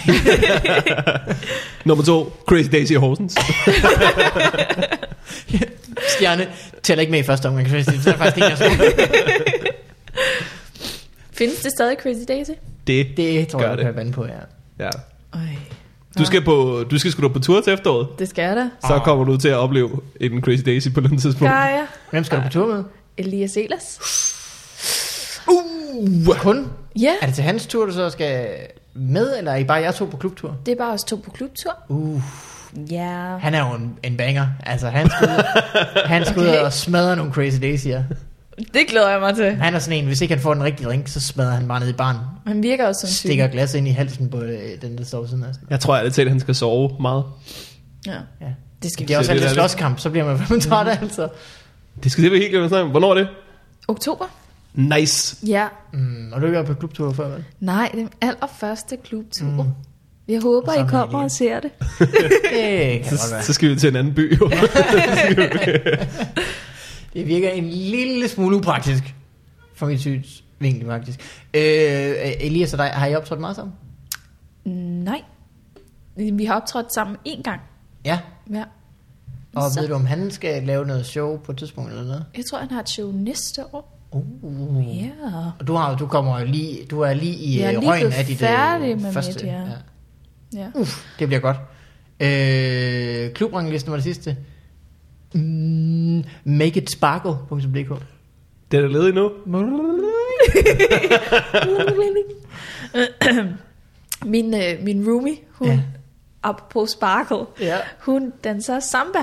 Speaker 1: Nummer to, Crazy Daisy i Horsens.
Speaker 3: Stjerne tæller ikke med i første omgang. Crazy Daisy. Det er faktisk ikke engang så godt.
Speaker 2: Findes det stadig Crazy Daisy?
Speaker 1: Det.
Speaker 3: Det tror
Speaker 1: Gør
Speaker 3: jeg,
Speaker 1: det.
Speaker 3: du kan vande på, ja.
Speaker 1: Ja.
Speaker 2: Øj.
Speaker 1: Du skal, på, du skal sgu da på tur til efteråret.
Speaker 2: Det skal jeg da.
Speaker 1: Så kommer du til at opleve en Crazy Daisy på et eller andet tidspunkt.
Speaker 2: Gør jeg.
Speaker 3: Hvem skal du på tur med?
Speaker 2: Elias Elas.
Speaker 1: Uh!
Speaker 3: Kun?
Speaker 2: Ja,
Speaker 3: Er det til hans tur, du så skal med, eller er I bare jer to på klubtur?
Speaker 2: det er bare os to på klubtur.
Speaker 3: Uh,
Speaker 2: Ja.
Speaker 3: han er jo en, en banger. Altså, han skal ud, han skal ud
Speaker 2: Okay.
Speaker 3: og smadre nogle Crazy Daisy'er.
Speaker 2: Det glæder jeg mig til.
Speaker 3: Han er sådan en, hvis ikke han får den rigtige drink, så smadrer han bare ned i barn.
Speaker 2: Han virker også som typen.
Speaker 3: Stikker glas ind i halsen på øh, den, der står ved siden af.
Speaker 1: Jeg tror ærligt talt, at han skal sove meget.
Speaker 2: Ja.
Speaker 3: Ja.
Speaker 2: Det skal
Speaker 3: Det er
Speaker 2: vi.
Speaker 1: det
Speaker 3: også altid
Speaker 1: er det.
Speaker 3: slåskamp, så bliver man fandme træt altså.
Speaker 1: Det skal det være helt glemt at snakke om. Hvornår er det?
Speaker 2: Oktober?
Speaker 1: Nice.
Speaker 2: Ja.
Speaker 3: Mm, og du har ikke været på klubtur før, vel?
Speaker 2: Nej, den allerførste klubtur. Mm. Jeg håber, I
Speaker 3: Sammen
Speaker 2: kommer
Speaker 3: igen.
Speaker 2: og ser det.
Speaker 3: Det kan godt
Speaker 1: Så,
Speaker 3: være.
Speaker 1: så skal vi til en anden by. jo.
Speaker 3: Det virker en lille smule upraktisk, for min synsvinkel faktisk. Øh, Elias og dig, har I optrådt meget sammen?
Speaker 2: Nej. Vi har optrådt sammen én gang.
Speaker 3: Ja.
Speaker 2: Ja.
Speaker 3: Og
Speaker 2: Så-
Speaker 3: ved du, om han skal lave noget show på et tidspunkt eller noget?
Speaker 2: Jeg tror, han har et show næste år.
Speaker 3: Uh.
Speaker 2: Ja.
Speaker 3: Og du, har, du kommer jo lige, du er lige i
Speaker 2: Jeg er
Speaker 3: øh,
Speaker 2: lige
Speaker 3: røgen
Speaker 2: blevet
Speaker 3: af dit øh,
Speaker 2: færdig med
Speaker 3: første.
Speaker 2: mit, ja. ja.
Speaker 3: Uff, det bliver godt. Øh, klubranglisten var det sidste. Mm, makeitsparkle.dk
Speaker 1: Den er ledig nu.
Speaker 2: Mm. min, øh, min roomie, hun,
Speaker 3: Ja.
Speaker 2: ja. apropos sparkle,
Speaker 3: Ja.
Speaker 2: hun danser samba.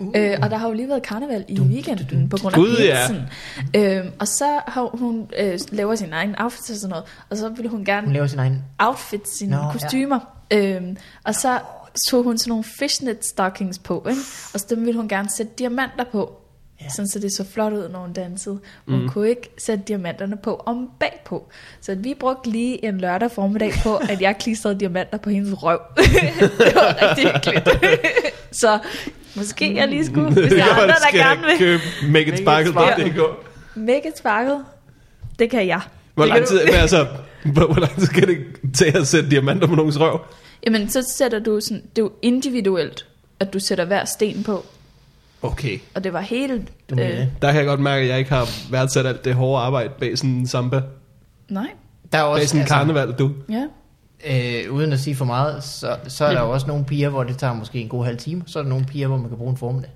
Speaker 2: Uh. Øh, og der har jo lige været karneval i weekenden på grund af
Speaker 1: Gud, ja.
Speaker 2: pinsen. Ja. Øhm, og så har hun øh, laver sin egen outfit og sådan noget, og så ville hun gerne
Speaker 3: Hun laver sin egen...
Speaker 2: outfits, sine
Speaker 3: Nå, ja.
Speaker 2: no, kostymer. Ja. Øhm, og så tog hun sådan nogle fishnet stockings på, ikke? og så dem ville hun gerne sætte diamanter på.
Speaker 3: Ja.
Speaker 2: Ja. Sådan, så det så flot ud, når hun dansede. Hun mm. kunne ikke sætte diamanterne på om bagpå. Så vi brugte lige en lørdag formiddag på, at jeg klistrede diamanter på hendes røv. det var rigtig hyggeligt. så måske jeg lige skulle, hvis der er andre, der gerne vil.
Speaker 1: købe Make It Sparkle.
Speaker 3: Sparkle.
Speaker 1: Det går.
Speaker 2: Make it sparkle. Det kan jeg.
Speaker 1: Hvor
Speaker 2: Det kan
Speaker 1: lang tid,
Speaker 2: du-
Speaker 1: men altså, hvor, hvor lang tid skal det tage at sætte diamanter på nogens røv?
Speaker 2: Jamen, så sætter du sådan, det er jo individuelt, at du sætter hver sten på.
Speaker 1: Okay.
Speaker 2: Og det var helt... øh,
Speaker 3: Du mener det.
Speaker 1: Der kan jeg godt mærke, at jeg ikke har værdsat alt det hårde arbejde bag sådan en samba.
Speaker 2: Nej,
Speaker 3: Der er jo
Speaker 1: Bag sådan
Speaker 2: altså-
Speaker 1: en karneval, du.
Speaker 2: ja.
Speaker 3: øh, uden at sige for meget, så, så er der jo også nogle piger, hvor det tager måske en god halv time. Så er der nogle piger, hvor man kan bruge en formiddag.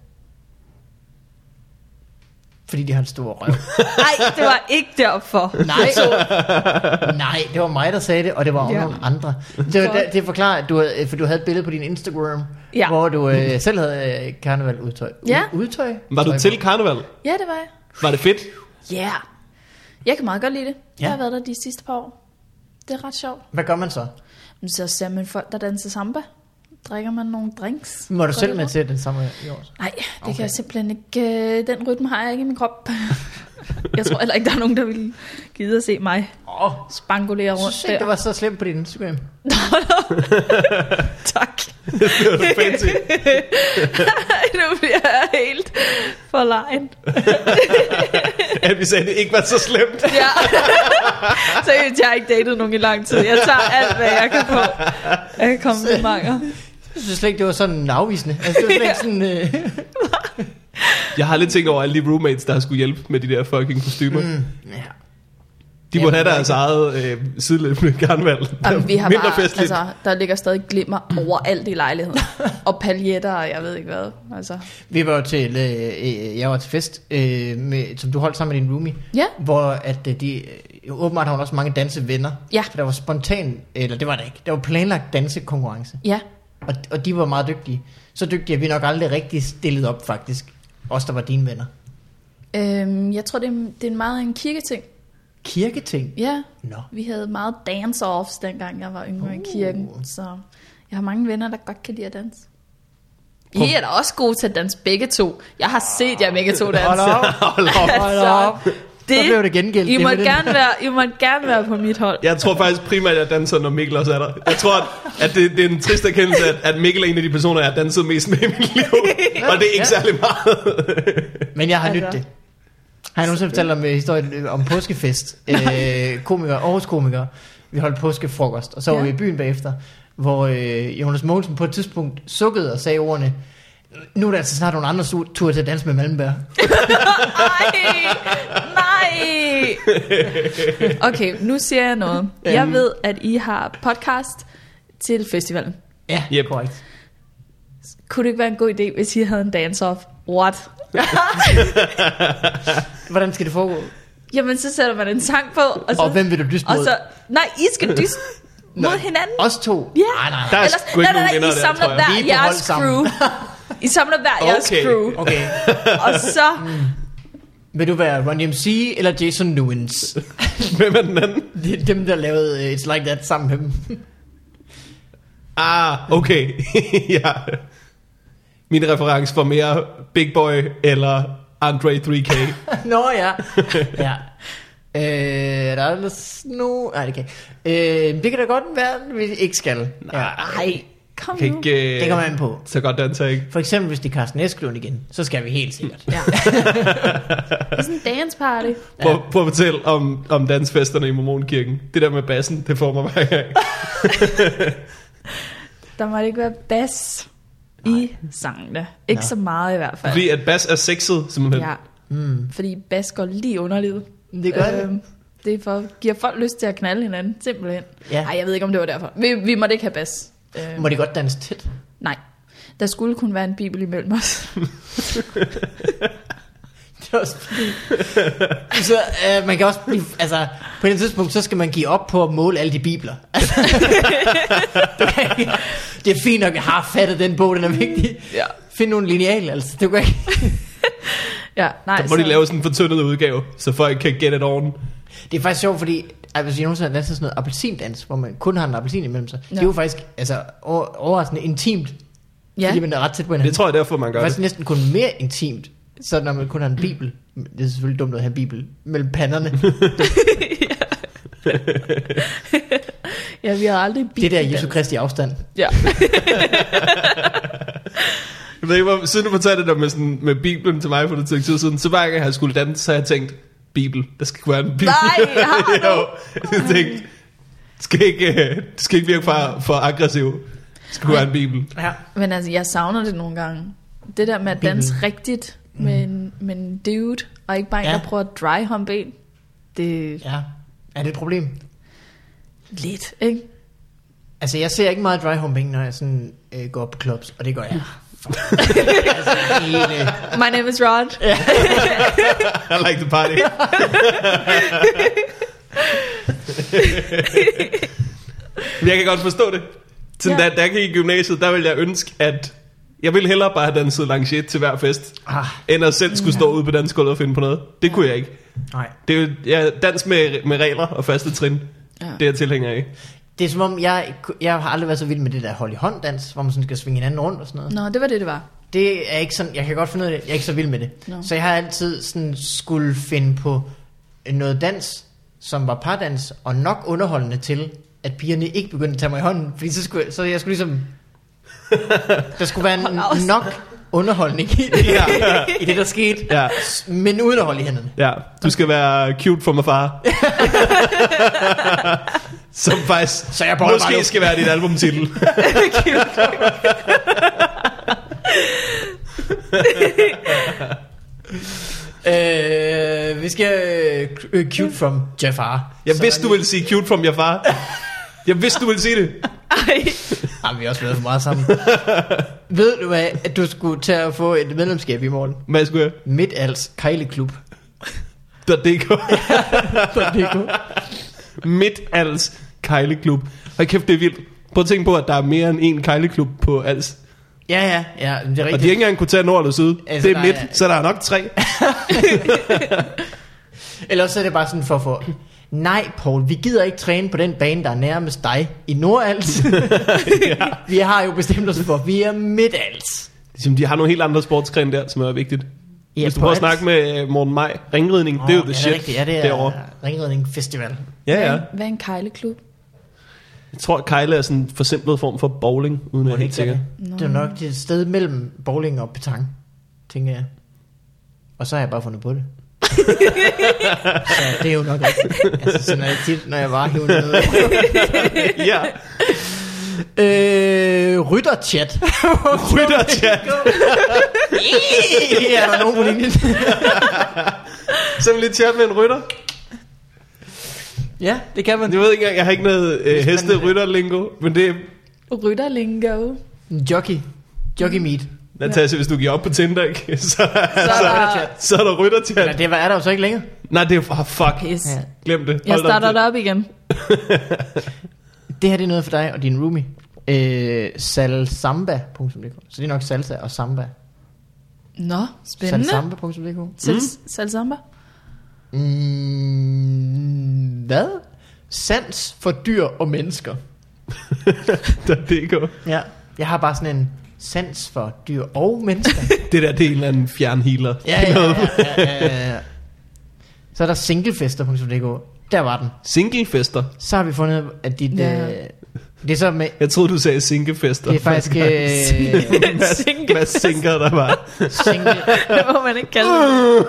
Speaker 3: Fordi de har en stor røv.
Speaker 2: Nej, det var ikke derfor.
Speaker 3: Nej, nej, det var mig, der sagde det, og det var også
Speaker 2: Ja.
Speaker 3: ja. nogle andre. Det, var- det, det forklarer, at du, havde- for du havde et billede på din Instagram,
Speaker 2: Ja.
Speaker 3: hvor du øh, selv havde øh, karneval udtøj. U-
Speaker 2: Ja.
Speaker 3: Udtøj?
Speaker 1: Var du
Speaker 3: Tøj
Speaker 1: til
Speaker 3: på.
Speaker 1: karneval?
Speaker 2: Ja, det var jeg.
Speaker 1: Var det fedt?
Speaker 2: Ja. Yeah. Jeg kan meget godt lide det. Ja.
Speaker 3: Ja.
Speaker 2: Jeg har været der de sidste par år. Det er ret sjovt.
Speaker 3: Hvad gør man så?
Speaker 2: Men så ser man folk, der danser samba. Drikker man nogle drinks?
Speaker 3: Var du
Speaker 2: Går
Speaker 3: selv
Speaker 2: det
Speaker 3: med
Speaker 2: rundt?
Speaker 3: til den samme i år?
Speaker 2: Nej, det okay.
Speaker 3: Okay.
Speaker 2: kan jeg simpelthen ikke. øh, Den rytme har jeg ikke i min krop. jeg tror heller ikke, der er nogen, der ville gide at se mig
Speaker 3: Åh,
Speaker 2: spangulere
Speaker 3: jeg
Speaker 2: rundt
Speaker 3: synes ikke,
Speaker 2: der.
Speaker 3: det var så slemt på din Instagram.
Speaker 2: Tak.
Speaker 1: Det var fancy.
Speaker 2: nu bliver jeg helt for lejen.
Speaker 1: At vi sagde, at det ikke var så slemt.
Speaker 2: Ja. Seriøst, jeg har ikke datet nogen i lang tid. Jeg tager alt, hvad jeg kan få af komplimenter.
Speaker 3: Jeg synes slet ikke, det var sådan afvisende. Altså, det var slet ikke sådan... Øh,
Speaker 1: Jeg har lidt tænkt over alle de roommates, der har skulle hjælpe med de der fucking kostymer. Mm.
Speaker 3: hmm, ja.
Speaker 1: De må
Speaker 3: Jamen,
Speaker 1: have
Speaker 3: det er
Speaker 1: deres eget øh, sideløbende karneval.
Speaker 2: Jamen, vi har
Speaker 1: Mindre
Speaker 2: bare,
Speaker 1: festligt.
Speaker 2: altså, der ligger stadig glimmer overalt i lejligheden. Og paljetter, og jeg ved ikke hvad. Altså.
Speaker 3: Vi var jo til, øh, øh, jeg var til fest, øh, med, som du holdt sammen med din roomie.
Speaker 2: Ja.
Speaker 3: Hvor at øh, de, øh, åbenbart har hun også mange dansevenner.
Speaker 2: Ja.
Speaker 3: For der var spontan, eller det var der ikke, der var planlagt dansekonkurrence.
Speaker 2: Ja,
Speaker 3: Og, og de var meget dygtige. Så dygtige, at vi nok aldrig rigtig stillede op faktisk. Os, der var dine venner.
Speaker 2: øhm, jeg tror, det er, en- det er en meget en kirketing.
Speaker 3: Kirketing.
Speaker 2: Ja,
Speaker 3: Nå.
Speaker 2: vi havde meget dance-offs, dengang jeg var yngre i kirken. Så jeg har mange venner, der godt kan lide at danse. I er da også gode til at danse begge to. Jeg har set jer begge to
Speaker 3: Hold
Speaker 2: danse.
Speaker 3: op.
Speaker 1: Hold op.
Speaker 3: Hold op. Så blev det gengældt,
Speaker 2: Altså, I
Speaker 3: det
Speaker 2: må,
Speaker 3: med den.
Speaker 2: gerne være, I må gerne være på mit hold.
Speaker 1: Jeg tror faktisk primært, at jeg danser, når Mikkel også er der. Jeg tror, at, at det, det er en trist erkendelse, at, at Mikkel er en af de personer, jeg har danset mest med i mit liv. Og det er ikke
Speaker 3: Ja.
Speaker 1: særlig meget.
Speaker 3: Men jeg har
Speaker 2: Altså.
Speaker 3: nydt det. Har jeg nogensinde fortalt om øh, historien øh, om påskefest? øh, komikere, Aarhus komikere. Vi holdt påskefrokost, og så var
Speaker 2: Ja.
Speaker 3: vi i byen bagefter, hvor øh, Jonas Mogensen på et tidspunkt sukkede og sagde ordene, nu er det altså snart nogle andre su- tur til at danse med Malmberg.
Speaker 2: Nej! Okay, nu siger jeg noget.
Speaker 3: Øhm.
Speaker 2: Jeg ved, at I har podcast til festivalen.
Speaker 3: Ja,
Speaker 1: Yep.
Speaker 3: yep. korrekt.
Speaker 2: Kunne det ikke være en god idé, hvis I havde en dance-off? What?
Speaker 3: Hvordan skal det foregå?
Speaker 2: Jamen, så sætter man en sang på, og så...
Speaker 3: Og hvem vil du dyste
Speaker 2: og
Speaker 3: mod?
Speaker 2: så nej, I skal dyste mod hinanden.
Speaker 3: Os to?
Speaker 2: Ja.
Speaker 3: Nej, nej,
Speaker 1: Der
Speaker 3: nej.
Speaker 1: er
Speaker 2: Eller,
Speaker 1: sgu ikke
Speaker 2: nej, nej,
Speaker 1: nogen
Speaker 2: nej, I
Speaker 1: vinder der,
Speaker 2: samler
Speaker 1: tror jeg.
Speaker 2: hver
Speaker 3: Vi er på hold
Speaker 2: jeres crew.
Speaker 3: sammen.
Speaker 2: I samler hver jeres
Speaker 1: Okay.
Speaker 2: crew.
Speaker 3: Okay.
Speaker 2: Og så...
Speaker 3: Vil du være Ron DMC eller Jason Newens?
Speaker 1: Hvem er den anden?
Speaker 3: Det er dem, der lavede øh, It's Like That sammen med dem.
Speaker 1: Ah, okay. ja. Min reference var mere Big Boy eller Andre 3K.
Speaker 3: Nå ja. ja. Øh, er der ellers nu? Nej, det kan ikke. øh, Det kan da godt være, at vi ikke skal. Ja.
Speaker 2: Ej, kom
Speaker 1: Kan
Speaker 2: nu.
Speaker 1: ikke, øh,
Speaker 3: Det kommer an på.
Speaker 1: Så godt danser jeg ikke.
Speaker 3: For eksempel, hvis det er Carsten Eskelund igen, så skal vi helt sikkert.
Speaker 2: Ja. det er sådan en dance party.
Speaker 1: Prøv, prøv at fortælle om, om dansfesterne i Mormonkirken. Det der med bassen, det får mig hver gang.
Speaker 2: Der måtte ikke være bas i sangene. Ikke
Speaker 3: Nå.
Speaker 2: så meget i hvert fald.
Speaker 1: Fordi at bas er sexet, simpelthen.
Speaker 2: Ja,
Speaker 3: Mm.
Speaker 2: fordi bas går lige i underlivet. Øhm,
Speaker 3: Det gør det.
Speaker 2: Det er for, giver folk lyst til at knalde hinanden, simpelthen.
Speaker 3: Ja.
Speaker 2: Nej, jeg ved ikke, om det var derfor. Vi, vi måtte ikke have bas. Øhm,
Speaker 3: Må det godt danse tæt?
Speaker 2: Nej. Der skulle kun være en bibel imellem os.
Speaker 3: Det er også fordi- så, øh, man kan også blive, altså, på et tidspunkt, så skal man give op på at måle alle de bibler. Altså, du kan- det er fint nok, jeg har fattet den bog, den er vigtig.
Speaker 2: ja.
Speaker 3: Find nogle lineal, altså. Du kan ikke.
Speaker 2: ja nej,
Speaker 1: Der må de lave sådan en fortyndet udgave, så folk kan get it on.
Speaker 3: Det er faktisk sjovt, fordi altså, hvis I nogensinde har danset sådan noget appelsindans, hvor man kun har en appelsin imellem sig, ja. det er jo faktisk altså, over, overraskende intimt, ja.
Speaker 2: Ja.
Speaker 3: fordi man er ret tæt på hinanden.
Speaker 1: Det tror jeg derfor, man
Speaker 3: det
Speaker 1: gør
Speaker 3: er
Speaker 1: det.
Speaker 3: faktisk næsten kun mere intimt, så når man kun har en bibel. Det er selvfølgelig dumt at have en bibel mellem panderne.
Speaker 2: Ja, vi har aldrig bibel.
Speaker 3: det der Jesu Kristi afstand.
Speaker 2: Ja.
Speaker 1: Jeg ved ikke, hvor, siden du fortalte det der med, sådan, med Bibelen til mig for et stykke tid siden, så hver gang jeg havde skulle danse, så havde jeg tænkt, Bibel, der skal være en Bibel.
Speaker 2: Nej, har du?
Speaker 1: jo, jeg tænkte, det skal ikke, øh, det skal ikke virke for, for aggressiv. Det skal være en Bibel.
Speaker 3: Ja.
Speaker 2: Men altså, jeg savner det nogle gange. Det der med at danse rigtigt med en, med en dude, og ikke bare en,
Speaker 3: Ja.
Speaker 2: der prøver at dry hump en. Det er
Speaker 3: ja. Er det et problem?
Speaker 2: lidt, ikke?
Speaker 3: Altså, jeg ser ikke meget dry humping, når jeg sådan, øh, går på clubs, og det gør jeg. altså, hele,
Speaker 2: My name is Rod.
Speaker 1: I like the party. Men jeg kan godt forstå det. Sådan
Speaker 2: Ja.
Speaker 1: ja. da, da jeg gik i gymnasiet, der ville jeg ønske, at jeg ville hellere bare have danset langt til hver fest,
Speaker 3: ah,
Speaker 1: end at selv skulle stå ude på dansgulvet og finde på noget. Det kunne jeg ikke.
Speaker 3: nej.
Speaker 1: Det er jo ja, dans med, med regler og faste trin.
Speaker 2: Ja.
Speaker 1: Ja. Det er jeg tilhænger af.
Speaker 3: Det er som om, jeg, jeg har aldrig været så vild med det der hold i hånd dans, hvor man sådan skal svinge hinanden rundt og sådan noget.
Speaker 2: Nå, det var det, det var.
Speaker 3: Det er ikke sådan, jeg kan godt finde ud af det, jeg er ikke så vild med det.
Speaker 2: Nå.
Speaker 3: Så jeg har altid sådan skulle finde på noget dans, som var pardans, og nok underholdende til, at pigerne ikke begyndte at tage mig i hånden, fordi så skulle, jeg- så jeg skulle ligesom, der skulle være
Speaker 2: Pause.
Speaker 3: en, nok underholdning i det,
Speaker 1: Ja.
Speaker 3: i det der skete,
Speaker 1: Ja.
Speaker 3: men uden at holde i hænderne.
Speaker 1: ja. Du skal være cute for mig far. Som faktisk
Speaker 3: Så jeg boller bare
Speaker 1: måske
Speaker 3: nu.
Speaker 1: skal være dit albumtitel.
Speaker 3: Øh, vi skal øh, øh, cute from Jafar.
Speaker 1: Jeg
Speaker 3: Så-
Speaker 1: vidste, du ville sige cute from your far. Jeg vidste, du ville sige det.
Speaker 2: Ej.
Speaker 3: Har vi har også været for meget sammen. Ved du hvad, at du skulle tage og få et medlemskab i morgen?
Speaker 1: Hvad skulle jeg?
Speaker 3: Midtals Kejleklub.
Speaker 1: .dk. Midtals Kejleklub. Og kæft, det er vildt. Prøv at tænke på, at der er mere end én kejleklub på Als.
Speaker 3: ja, ja, ja, men det
Speaker 1: Og de
Speaker 3: er
Speaker 1: har
Speaker 3: rigtigt.
Speaker 1: ikke engang kunne tage nord eller syd.
Speaker 3: Altså,
Speaker 1: det er
Speaker 3: der
Speaker 1: midt,
Speaker 3: er-
Speaker 1: så der er nok tre.
Speaker 3: Eller også er det bare sådan for at få... Nej, Paul, vi gider ikke træne på den bane, der er nærmest dig i Nordals. Vi har jo bestemt os for, at vi er Midtals.
Speaker 1: Ligesom, de har nogle helt andre sportsgrene der, som er vigtigt.
Speaker 3: Ja,
Speaker 1: Ja, Hvis du
Speaker 3: på
Speaker 1: prøver at
Speaker 3: alt.
Speaker 1: snakke med øh, Morten Maj, ringridning, oh, det er jo
Speaker 3: ja,
Speaker 1: the shit
Speaker 3: rigtigt. Ja, det er
Speaker 1: derovre.
Speaker 3: Ringridning Festival.
Speaker 1: Ja, ja.
Speaker 2: Hvad er en kejleklub?
Speaker 1: Jeg tror, at kejle er sådan en forsimplet form for bowling, uden at
Speaker 3: Må
Speaker 1: være
Speaker 3: det
Speaker 1: helt
Speaker 3: ikke være
Speaker 1: sikker.
Speaker 3: det? Det er nok et sted mellem bowling og petang, tænker jeg. Og så har jeg bare fundet på det. Så det er jo nok rigtigt. Altså, sådan er det tit, når jeg bare hiver noget.
Speaker 1: ja,
Speaker 3: Øh, rytterchat.
Speaker 1: rytterchat.
Speaker 3: ja, er der nogen på linjen?
Speaker 1: Sådan lidt chat med en rytter.
Speaker 3: ja, det kan man.
Speaker 1: Jeg ved ikke engang, jeg har ikke noget øh,
Speaker 3: man-
Speaker 1: heste rytterlingo, men det er,
Speaker 2: Rytterlingo.
Speaker 3: Jockey. Jockey meet.
Speaker 1: Natasha, hvis du giver op på Tinder, ikke? Så, så,
Speaker 2: Så er
Speaker 1: så,
Speaker 2: der,
Speaker 1: så er der
Speaker 3: Eller
Speaker 1: rytterchat.
Speaker 3: det er der jo så ikke længere.
Speaker 1: Nej, det er, oh, fuck,
Speaker 2: pis.
Speaker 3: Ja.
Speaker 1: glem det.
Speaker 2: Jeg
Speaker 1: Hold da op
Speaker 2: starter
Speaker 1: til-
Speaker 2: det op igen.
Speaker 3: Det her det er noget for dig og din roomie. Øh, salsamba.dk Så det er nok salsa og samba.
Speaker 2: Nå, spændende.
Speaker 3: Salsamba.dk
Speaker 2: Sals- Salsamba.
Speaker 3: Mm, hvad? Sans for dyr og mennesker.
Speaker 1: Der det går.
Speaker 3: Ja. Jeg har bare sådan en sans for dyr og mennesker.
Speaker 1: Det der, det er en eller anden fjernhealer.
Speaker 3: ja, ja, ja, ja, ja, ja. Så er der singlefester.dk. Der var den.
Speaker 1: Singlefester.
Speaker 3: Så har vi fundet, at dit...
Speaker 2: Ja.
Speaker 3: Ja. Øh, det er så med...
Speaker 1: Jeg troede, du sagde singlefester.
Speaker 3: Det er faktisk øh,
Speaker 1: Hvad, hvad sinker der var?
Speaker 3: single,
Speaker 2: Det må man ikke kalde det.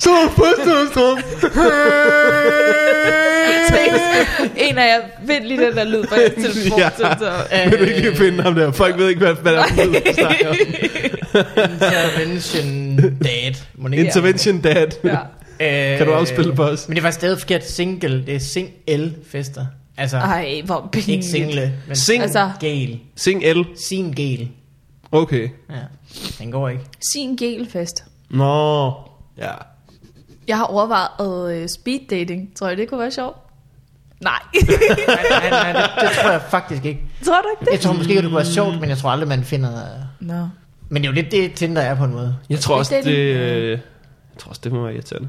Speaker 1: Så først og stop.
Speaker 2: En af jer, vent lige den der lyd på jeres telefon.
Speaker 1: Ja.
Speaker 2: Ja. Så, så.
Speaker 1: Vil du ikke lige finde ham der? Folk ved ikke, hvad, hvad der er blevet snakket om.
Speaker 3: intervention date. Må det ikke-
Speaker 1: Intervention dad.
Speaker 2: Ja.
Speaker 3: Øh,
Speaker 1: Kan du afspille for os?
Speaker 3: Men det var stadig forkert single. Det er sing-el-fester. Altså, Ej,
Speaker 2: Ej, hvor
Speaker 3: ikke
Speaker 2: pinligt.
Speaker 3: single, men
Speaker 1: Sing,
Speaker 2: Altså.
Speaker 3: gel.
Speaker 1: sing L.
Speaker 3: Sin gel.
Speaker 1: Okay.
Speaker 3: Ja, den går ikke.
Speaker 2: Sin gelfest.
Speaker 1: Nå. Ja.
Speaker 2: Jeg har overvejet øh, speed dating. Tror jeg, det kunne være sjovt? Nej.
Speaker 3: Nej, nej, nej, det, det tror jeg faktisk ikke.
Speaker 2: Tror du ikke
Speaker 3: Jeg
Speaker 2: det?
Speaker 3: tror måske, at det kunne være sjovt, men jeg tror aldrig, man finder...
Speaker 2: Nå.
Speaker 3: Men det er jo lidt det, Tinder er på en måde.
Speaker 1: Jeg tror også,
Speaker 2: Det er
Speaker 1: det...
Speaker 2: din-
Speaker 1: øh, Jeg tror også, det må være irriterende.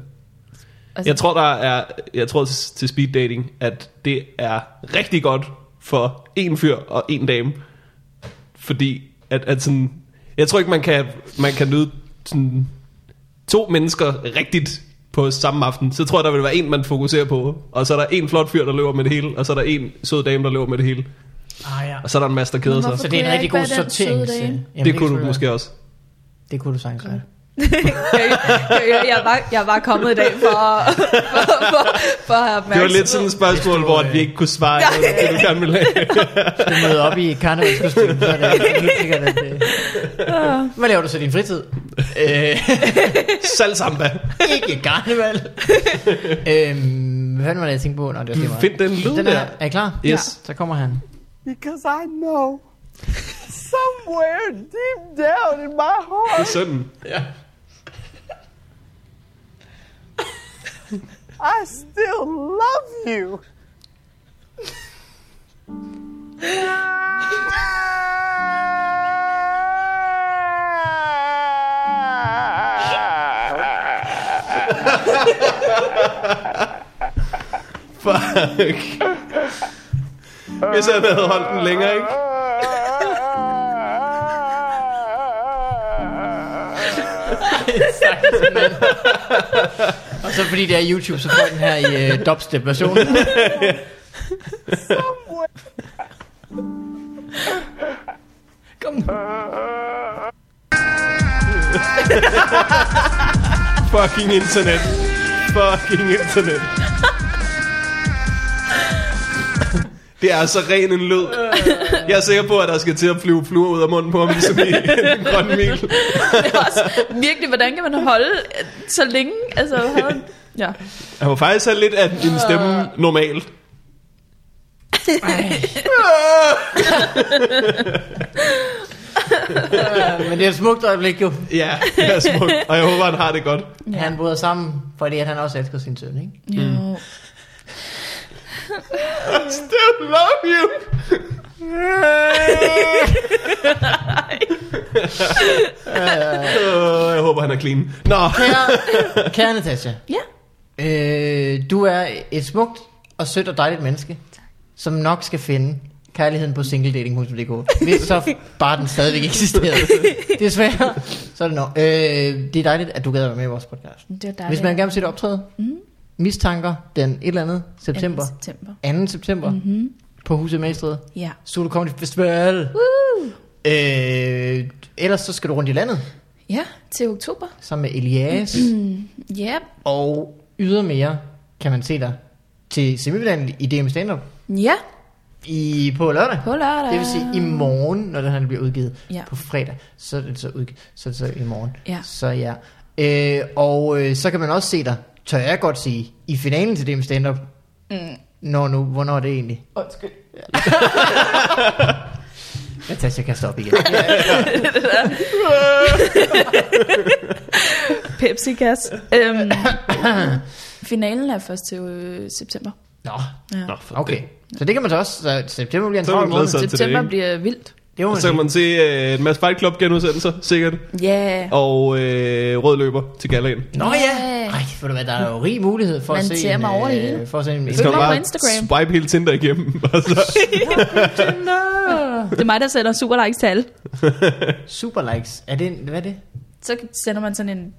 Speaker 2: Altså,
Speaker 1: Jeg tror, der er... Jeg tror til- til speed dating, at det er rigtig godt for en fyr og en dame. Fordi at, at sådan... Jeg tror ikke, man kan, man kan nyde sådan, to mennesker rigtigt på samme aften, så tror jeg, der vil være en, man fokuserer på, og så er der en flot fyr, der løber med det hele, og så er der en sød dame, der løber med det hele,
Speaker 3: Ah, ja.
Speaker 1: og så er der en masse, der keder
Speaker 2: Men
Speaker 1: sig.
Speaker 2: hvorfor-
Speaker 3: Så det er en
Speaker 2: kunne jeg ikke
Speaker 3: rigtig god
Speaker 2: være den søde
Speaker 3: sorterings...
Speaker 2: dame?
Speaker 3: Jamen,
Speaker 1: det kunne
Speaker 3: kan
Speaker 1: du
Speaker 3: selvfølgelig
Speaker 1: måske også.
Speaker 3: være. Det kunne du sagtens være.
Speaker 2: kan I- kan I høre, Altså, jeg, er bare, jeg er bare kommet i dag for, for, for, for at
Speaker 1: Det var
Speaker 2: have opmærksomhed.
Speaker 1: lidt sådan et spørgsmål,
Speaker 3: Hvis du,
Speaker 1: hvor
Speaker 3: øh,
Speaker 1: at vi ikke kunne svare på det, du gerne ville have.
Speaker 3: Du møder op i karnevalskostyme, så er det helt sikkert, at det...
Speaker 2: Ah.
Speaker 3: Hvad laver du så i din fritid? Øh,
Speaker 1: Salsamba.
Speaker 3: ikke karneval. øhm, hvad fanden var det, jeg tænkte på? Nå, det var lige meget.
Speaker 1: Find den lyd
Speaker 3: den
Speaker 1: der.
Speaker 3: her. Er I klar?
Speaker 1: Yes.
Speaker 3: Så kommer han.
Speaker 4: Because I know somewhere deep down in my
Speaker 1: Det
Speaker 4: heart,
Speaker 1: er sådan. Ja.
Speaker 4: I still love you.
Speaker 1: Fuck. Hvis han havde holdt den længere, ikke?
Speaker 3: Og så fordi det er YouTube, så får jeg den her i øh, dubstep-versionen. Kom nu.
Speaker 1: Fucking internet. Fucking internet. Det er så ren en lyd. Jeg er sikker på, at der skal til at flyve fluer ud af munden på ham, ligesom i en grøn mil.
Speaker 2: Det er også, virkelig, hvordan kan man holde øh, så længe? Altså, havde, ja.
Speaker 1: Han var faktisk have lidt af en stemme normalt.
Speaker 3: Men det er et smukt øjeblik jo.
Speaker 1: Ja, det er smukt. Og jeg håber, han har det godt.
Speaker 3: Ja. Han bryder sammen, fordi at han også elsker sin søn, ikke?
Speaker 2: Jo.
Speaker 1: Still love you. Øh, jeg håber, han er clean. Nå,
Speaker 3: Kære, kære Natasha,
Speaker 2: Ja.
Speaker 3: øh, du er et smukt og sødt og dejligt menneske, som nok skal finde kærligheden på singledating.dk, hvis så bare den stadigvæk eksisterede. Desværre, så er det nok. Øh, det er dejligt, at du gad at være med i vores
Speaker 2: Det
Speaker 3: podcast.
Speaker 2: var dejligt.
Speaker 3: Hvis man gerne vil se det optræde, mm. mistanker den et eller andet september,
Speaker 2: Anden september. Mm.
Speaker 3: 2. september,
Speaker 2: Mhm.
Speaker 3: mm-hmm. på Huset Magstred,
Speaker 2: Ja.
Speaker 3: Solo Comedy Festival.
Speaker 2: Woo!
Speaker 3: Øh, ellers så skal du rundt i landet.
Speaker 2: Ja, til oktober.
Speaker 3: sammen med Elias.
Speaker 2: Mm. Ja,
Speaker 3: Og ydermere kan man se dig til semifinalen i DM Stand-up
Speaker 2: ja
Speaker 3: i, på lørdag.
Speaker 2: på lørdag.
Speaker 3: Det vil sige i morgen, når den her bliver udgivet
Speaker 2: Ja.
Speaker 3: på fredag, så er det så, udgivet, så, er det så i morgen.
Speaker 2: Ja.
Speaker 3: Så ja. Øh, og øh, så kan man også se dig, tør jeg godt sige, i finalen til DM Stand-up.
Speaker 2: Mm.
Speaker 3: Når nu, hvornår er det egentlig?
Speaker 4: Undskyld.
Speaker 3: Natasha kan stoppe igen.
Speaker 2: Pepsi Gas. øhm, finalen er først til øh, september.
Speaker 3: Nå,
Speaker 2: Ja.
Speaker 1: Nå, for
Speaker 3: okay.
Speaker 1: det.
Speaker 3: Så det kan man så også. Så september bliver en
Speaker 1: Så kan man
Speaker 3: travl
Speaker 1: glæde
Speaker 3: måned.
Speaker 1: sig til det,
Speaker 2: september
Speaker 1: ikke?
Speaker 2: bliver vildt.
Speaker 3: Det må
Speaker 1: Og
Speaker 3: man
Speaker 1: så kan
Speaker 3: sige.
Speaker 1: man se øh, en masse Fight Club genudsendelser, sikkert.
Speaker 2: Ja,
Speaker 1: Og øh, rød løber til galaen.
Speaker 3: Nå ja.
Speaker 2: Ja.
Speaker 3: Ej, ved du hvad, der er jo rig mulighed for
Speaker 2: Man
Speaker 3: at se
Speaker 2: ser
Speaker 3: en,
Speaker 2: mig over det
Speaker 3: øh,
Speaker 2: hele.
Speaker 3: For at se en,
Speaker 1: Så kan
Speaker 2: mig
Speaker 1: man
Speaker 2: på
Speaker 1: bare
Speaker 2: Instagram.
Speaker 1: swipe hele Tinder igennem. Og så,
Speaker 2: det er mig, der sender super likes til alle.
Speaker 3: super likes. Er det en, hvad er det?
Speaker 2: Så sender man sådan en,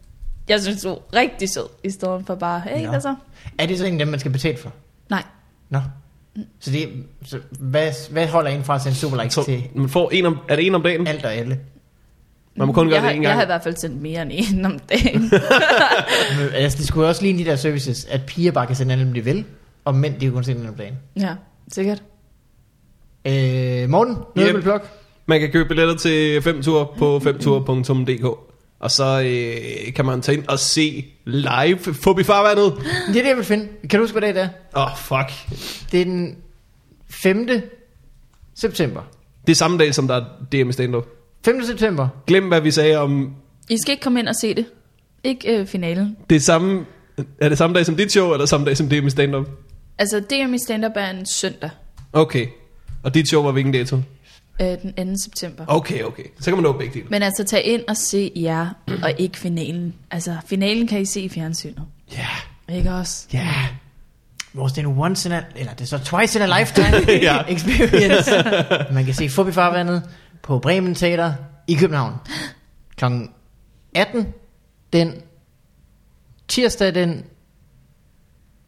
Speaker 2: jeg synes du er rigtig sød, i stedet for bare, hey,
Speaker 3: Nå.
Speaker 2: hvad så?
Speaker 3: Er det så en af dem, man skal betale for?
Speaker 2: Nej,
Speaker 3: Nå. Så, det, så hvad, hvad holder en fra at sende super likes
Speaker 1: så
Speaker 3: til
Speaker 1: man får en om, er det en om dagen?
Speaker 3: alt og alle?
Speaker 1: Man må kun gøre
Speaker 2: jeg, har-
Speaker 1: det en
Speaker 2: jeg
Speaker 1: gang.
Speaker 2: har i hvert fald sendt mere end en om dagen.
Speaker 3: Men, altså, det skulle jo også ligne de der services, at piger bare kan sende alt, om de vil, og mænd, de kan kun sende alt om dagen.
Speaker 2: ja, sikkert.
Speaker 3: Øh, Morten, noget
Speaker 1: Yep.
Speaker 3: yep. blog.
Speaker 1: Man kan købe billetter til 5tur på 5tur.dk. Og så øh, kan man tage ind og se live Fubi Farvandet.
Speaker 3: Det er det, jeg vil finde. Kan du huske, hvad dag det er?
Speaker 1: Åh, oh, fuck.
Speaker 3: Det er den 5. september.
Speaker 1: Det er samme dag, som der er DM i stand
Speaker 3: 5. september.
Speaker 1: Glem, hvad vi sagde om
Speaker 2: I skal ikke komme ind og se det. Ikke øh, finalen.
Speaker 1: det samme... Er det samme dag som dit show, eller samme dag som DM i stand -up?
Speaker 2: Altså, DM i stand-up er en søndag,
Speaker 1: Okay. Og dit show var hvilken dato?
Speaker 2: øh, den 2. september.
Speaker 1: Okay, okay. Så kan man nå begge dele.
Speaker 2: Men altså, tag ind og se jer, og ikke finalen. Altså, finalen kan I se i fjernsynet.
Speaker 1: Ja, yeah,
Speaker 2: Ikke også?
Speaker 3: Ja. Yeah. Vores, det er en once in a, eller det er så twice in a lifetime
Speaker 1: Ja.
Speaker 3: experience. Man kan se Fubi Farvandet på Bremen Teater i København. Kl. 18 den tirsdag den,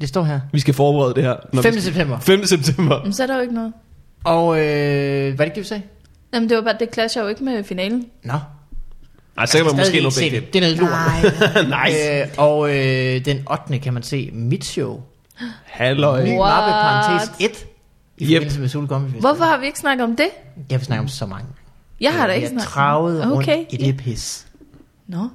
Speaker 3: det står her,
Speaker 1: vi skal forberede det her. når
Speaker 3: 5.
Speaker 1: vi-
Speaker 3: september. Mm.
Speaker 1: 5. september.
Speaker 2: Men så er der jo ikke noget.
Speaker 3: Og øh, var det ikke det, vi sagde?
Speaker 2: Jamen, det var bare, det clasher jo ikke med finalen.
Speaker 3: Nå.
Speaker 1: Nej, så kan man
Speaker 3: Altså,
Speaker 1: måske
Speaker 3: Stadig
Speaker 1: nå
Speaker 3: ikke se
Speaker 1: begge
Speaker 3: det.
Speaker 1: dele.
Speaker 3: Det er noget lort.
Speaker 1: Nej.
Speaker 3: Øh, og øh, den 8. kan man se mit show.
Speaker 1: Halløj.
Speaker 3: Ny
Speaker 2: What?
Speaker 3: mappe, parentes 1. I
Speaker 1: Yep.
Speaker 3: forbindelse med Soul Comedy Festival.
Speaker 2: Hvorfor har vi ikke snakket om det?
Speaker 3: Jeg vil snakke om så mange.
Speaker 2: Jeg har da ikke
Speaker 3: snakket.
Speaker 2: snakket.
Speaker 3: travet Øh, rundt
Speaker 2: Okay.
Speaker 3: i det pis.
Speaker 2: Nå,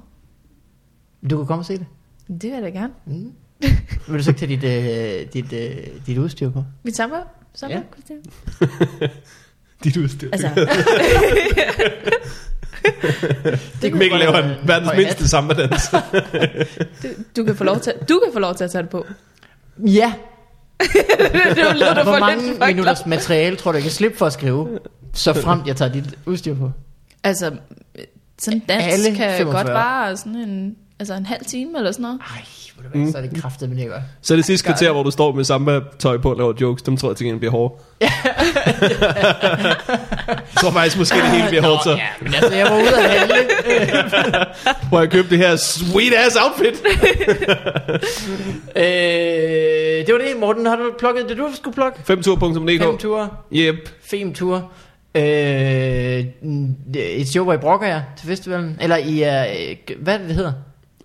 Speaker 3: Du kan komme og se det.
Speaker 2: det vil jeg da gerne.
Speaker 3: Mm. Vil du så ikke tage dit, øh, dit, øh, dit udstyr på?
Speaker 2: Vi samler, samler. Ja.
Speaker 1: Dit udstyr.
Speaker 2: Altså,
Speaker 3: Det
Speaker 1: Mikkel laver
Speaker 3: øh,
Speaker 1: en verdens mindste sambadans.
Speaker 2: du, du, kan få lov til, du kan få lov til at tage det på.
Speaker 3: Ja,
Speaker 2: det var lidt at få
Speaker 3: hvor
Speaker 2: lidt
Speaker 3: mange
Speaker 2: forklaret.
Speaker 3: minutters materiale tror du, jeg kan slippe for at skrive, så fremt jeg tager dit udstyr på?
Speaker 2: Altså, sådan dans
Speaker 3: Alle
Speaker 2: Alle kan
Speaker 3: 45.
Speaker 2: 45. godt vare sådan en, altså en halv time eller sådan noget.
Speaker 3: Ej, hvor det være, så er det kraftet, men jeg gør.
Speaker 1: Så det sidste kvarter, hvor du står med samme tøj på og laver jokes, dem tror jeg til gengæld bliver hårde. jeg tror faktisk måske det hele bliver hårdt, så
Speaker 3: ja, men altså, jeg var ude at handle.
Speaker 1: hvor jeg købte det her sweet ass outfit.
Speaker 3: øh, det var det, Morten. Har du plukket det, du skulle plukke?
Speaker 1: 5tur.dk
Speaker 3: Fem ture.
Speaker 1: Yep.
Speaker 3: fem ture. Øh, et show, hvor I brokker jer til festivalen. Eller I er... Øh, hvad er det, det hedder?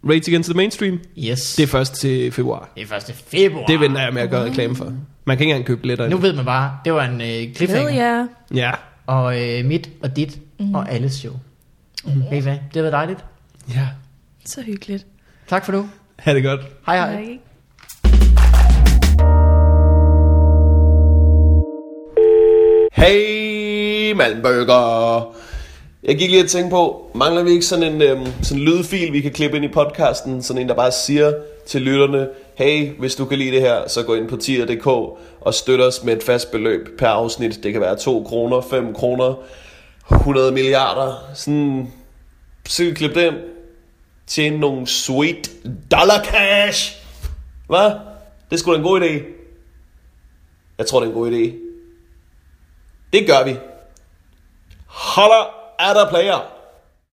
Speaker 1: Rage Against the Mainstream.
Speaker 3: Yes.
Speaker 1: Det
Speaker 3: Det,
Speaker 1: er først til februar.
Speaker 3: det er første februar.
Speaker 1: Det venter jeg med at gøre reklame for. Man kan ikke engang købe billetter
Speaker 3: Nu
Speaker 1: endnu.
Speaker 3: ved man bare, det var en øh,
Speaker 2: Ved
Speaker 3: cliffhanger.
Speaker 2: jeg. Mhm.
Speaker 1: Ja.
Speaker 3: Og øh, mit og dit mm. og alles show. Mm. Ved I hvad? Det var dejligt.
Speaker 1: Ja.
Speaker 2: Så hyggeligt.
Speaker 3: Tak for nu.
Speaker 1: Ha' det godt.
Speaker 3: Hej hej.
Speaker 2: Hej.
Speaker 1: Hey, Malmburger. Jeg gik lige og tænkte på, mangler vi ikke sådan en øhm, sådan en lydfil, vi kan klippe ind i podcasten? Sådan en, der bare siger til lytterne, hey, hvis du kan lide det her, så gå ind på tier.dk og støt os med et fast beløb per afsnit. Det kan være 2 kroner, 5 kroner, 100 milliarder. Sådan, så kan vi klippe det ind. Tjene nogle sweet dollar cash. Hvad? Det skulle sgu da en god idé. Jeg tror, det er en god idé. Det gør vi. Holler er der player.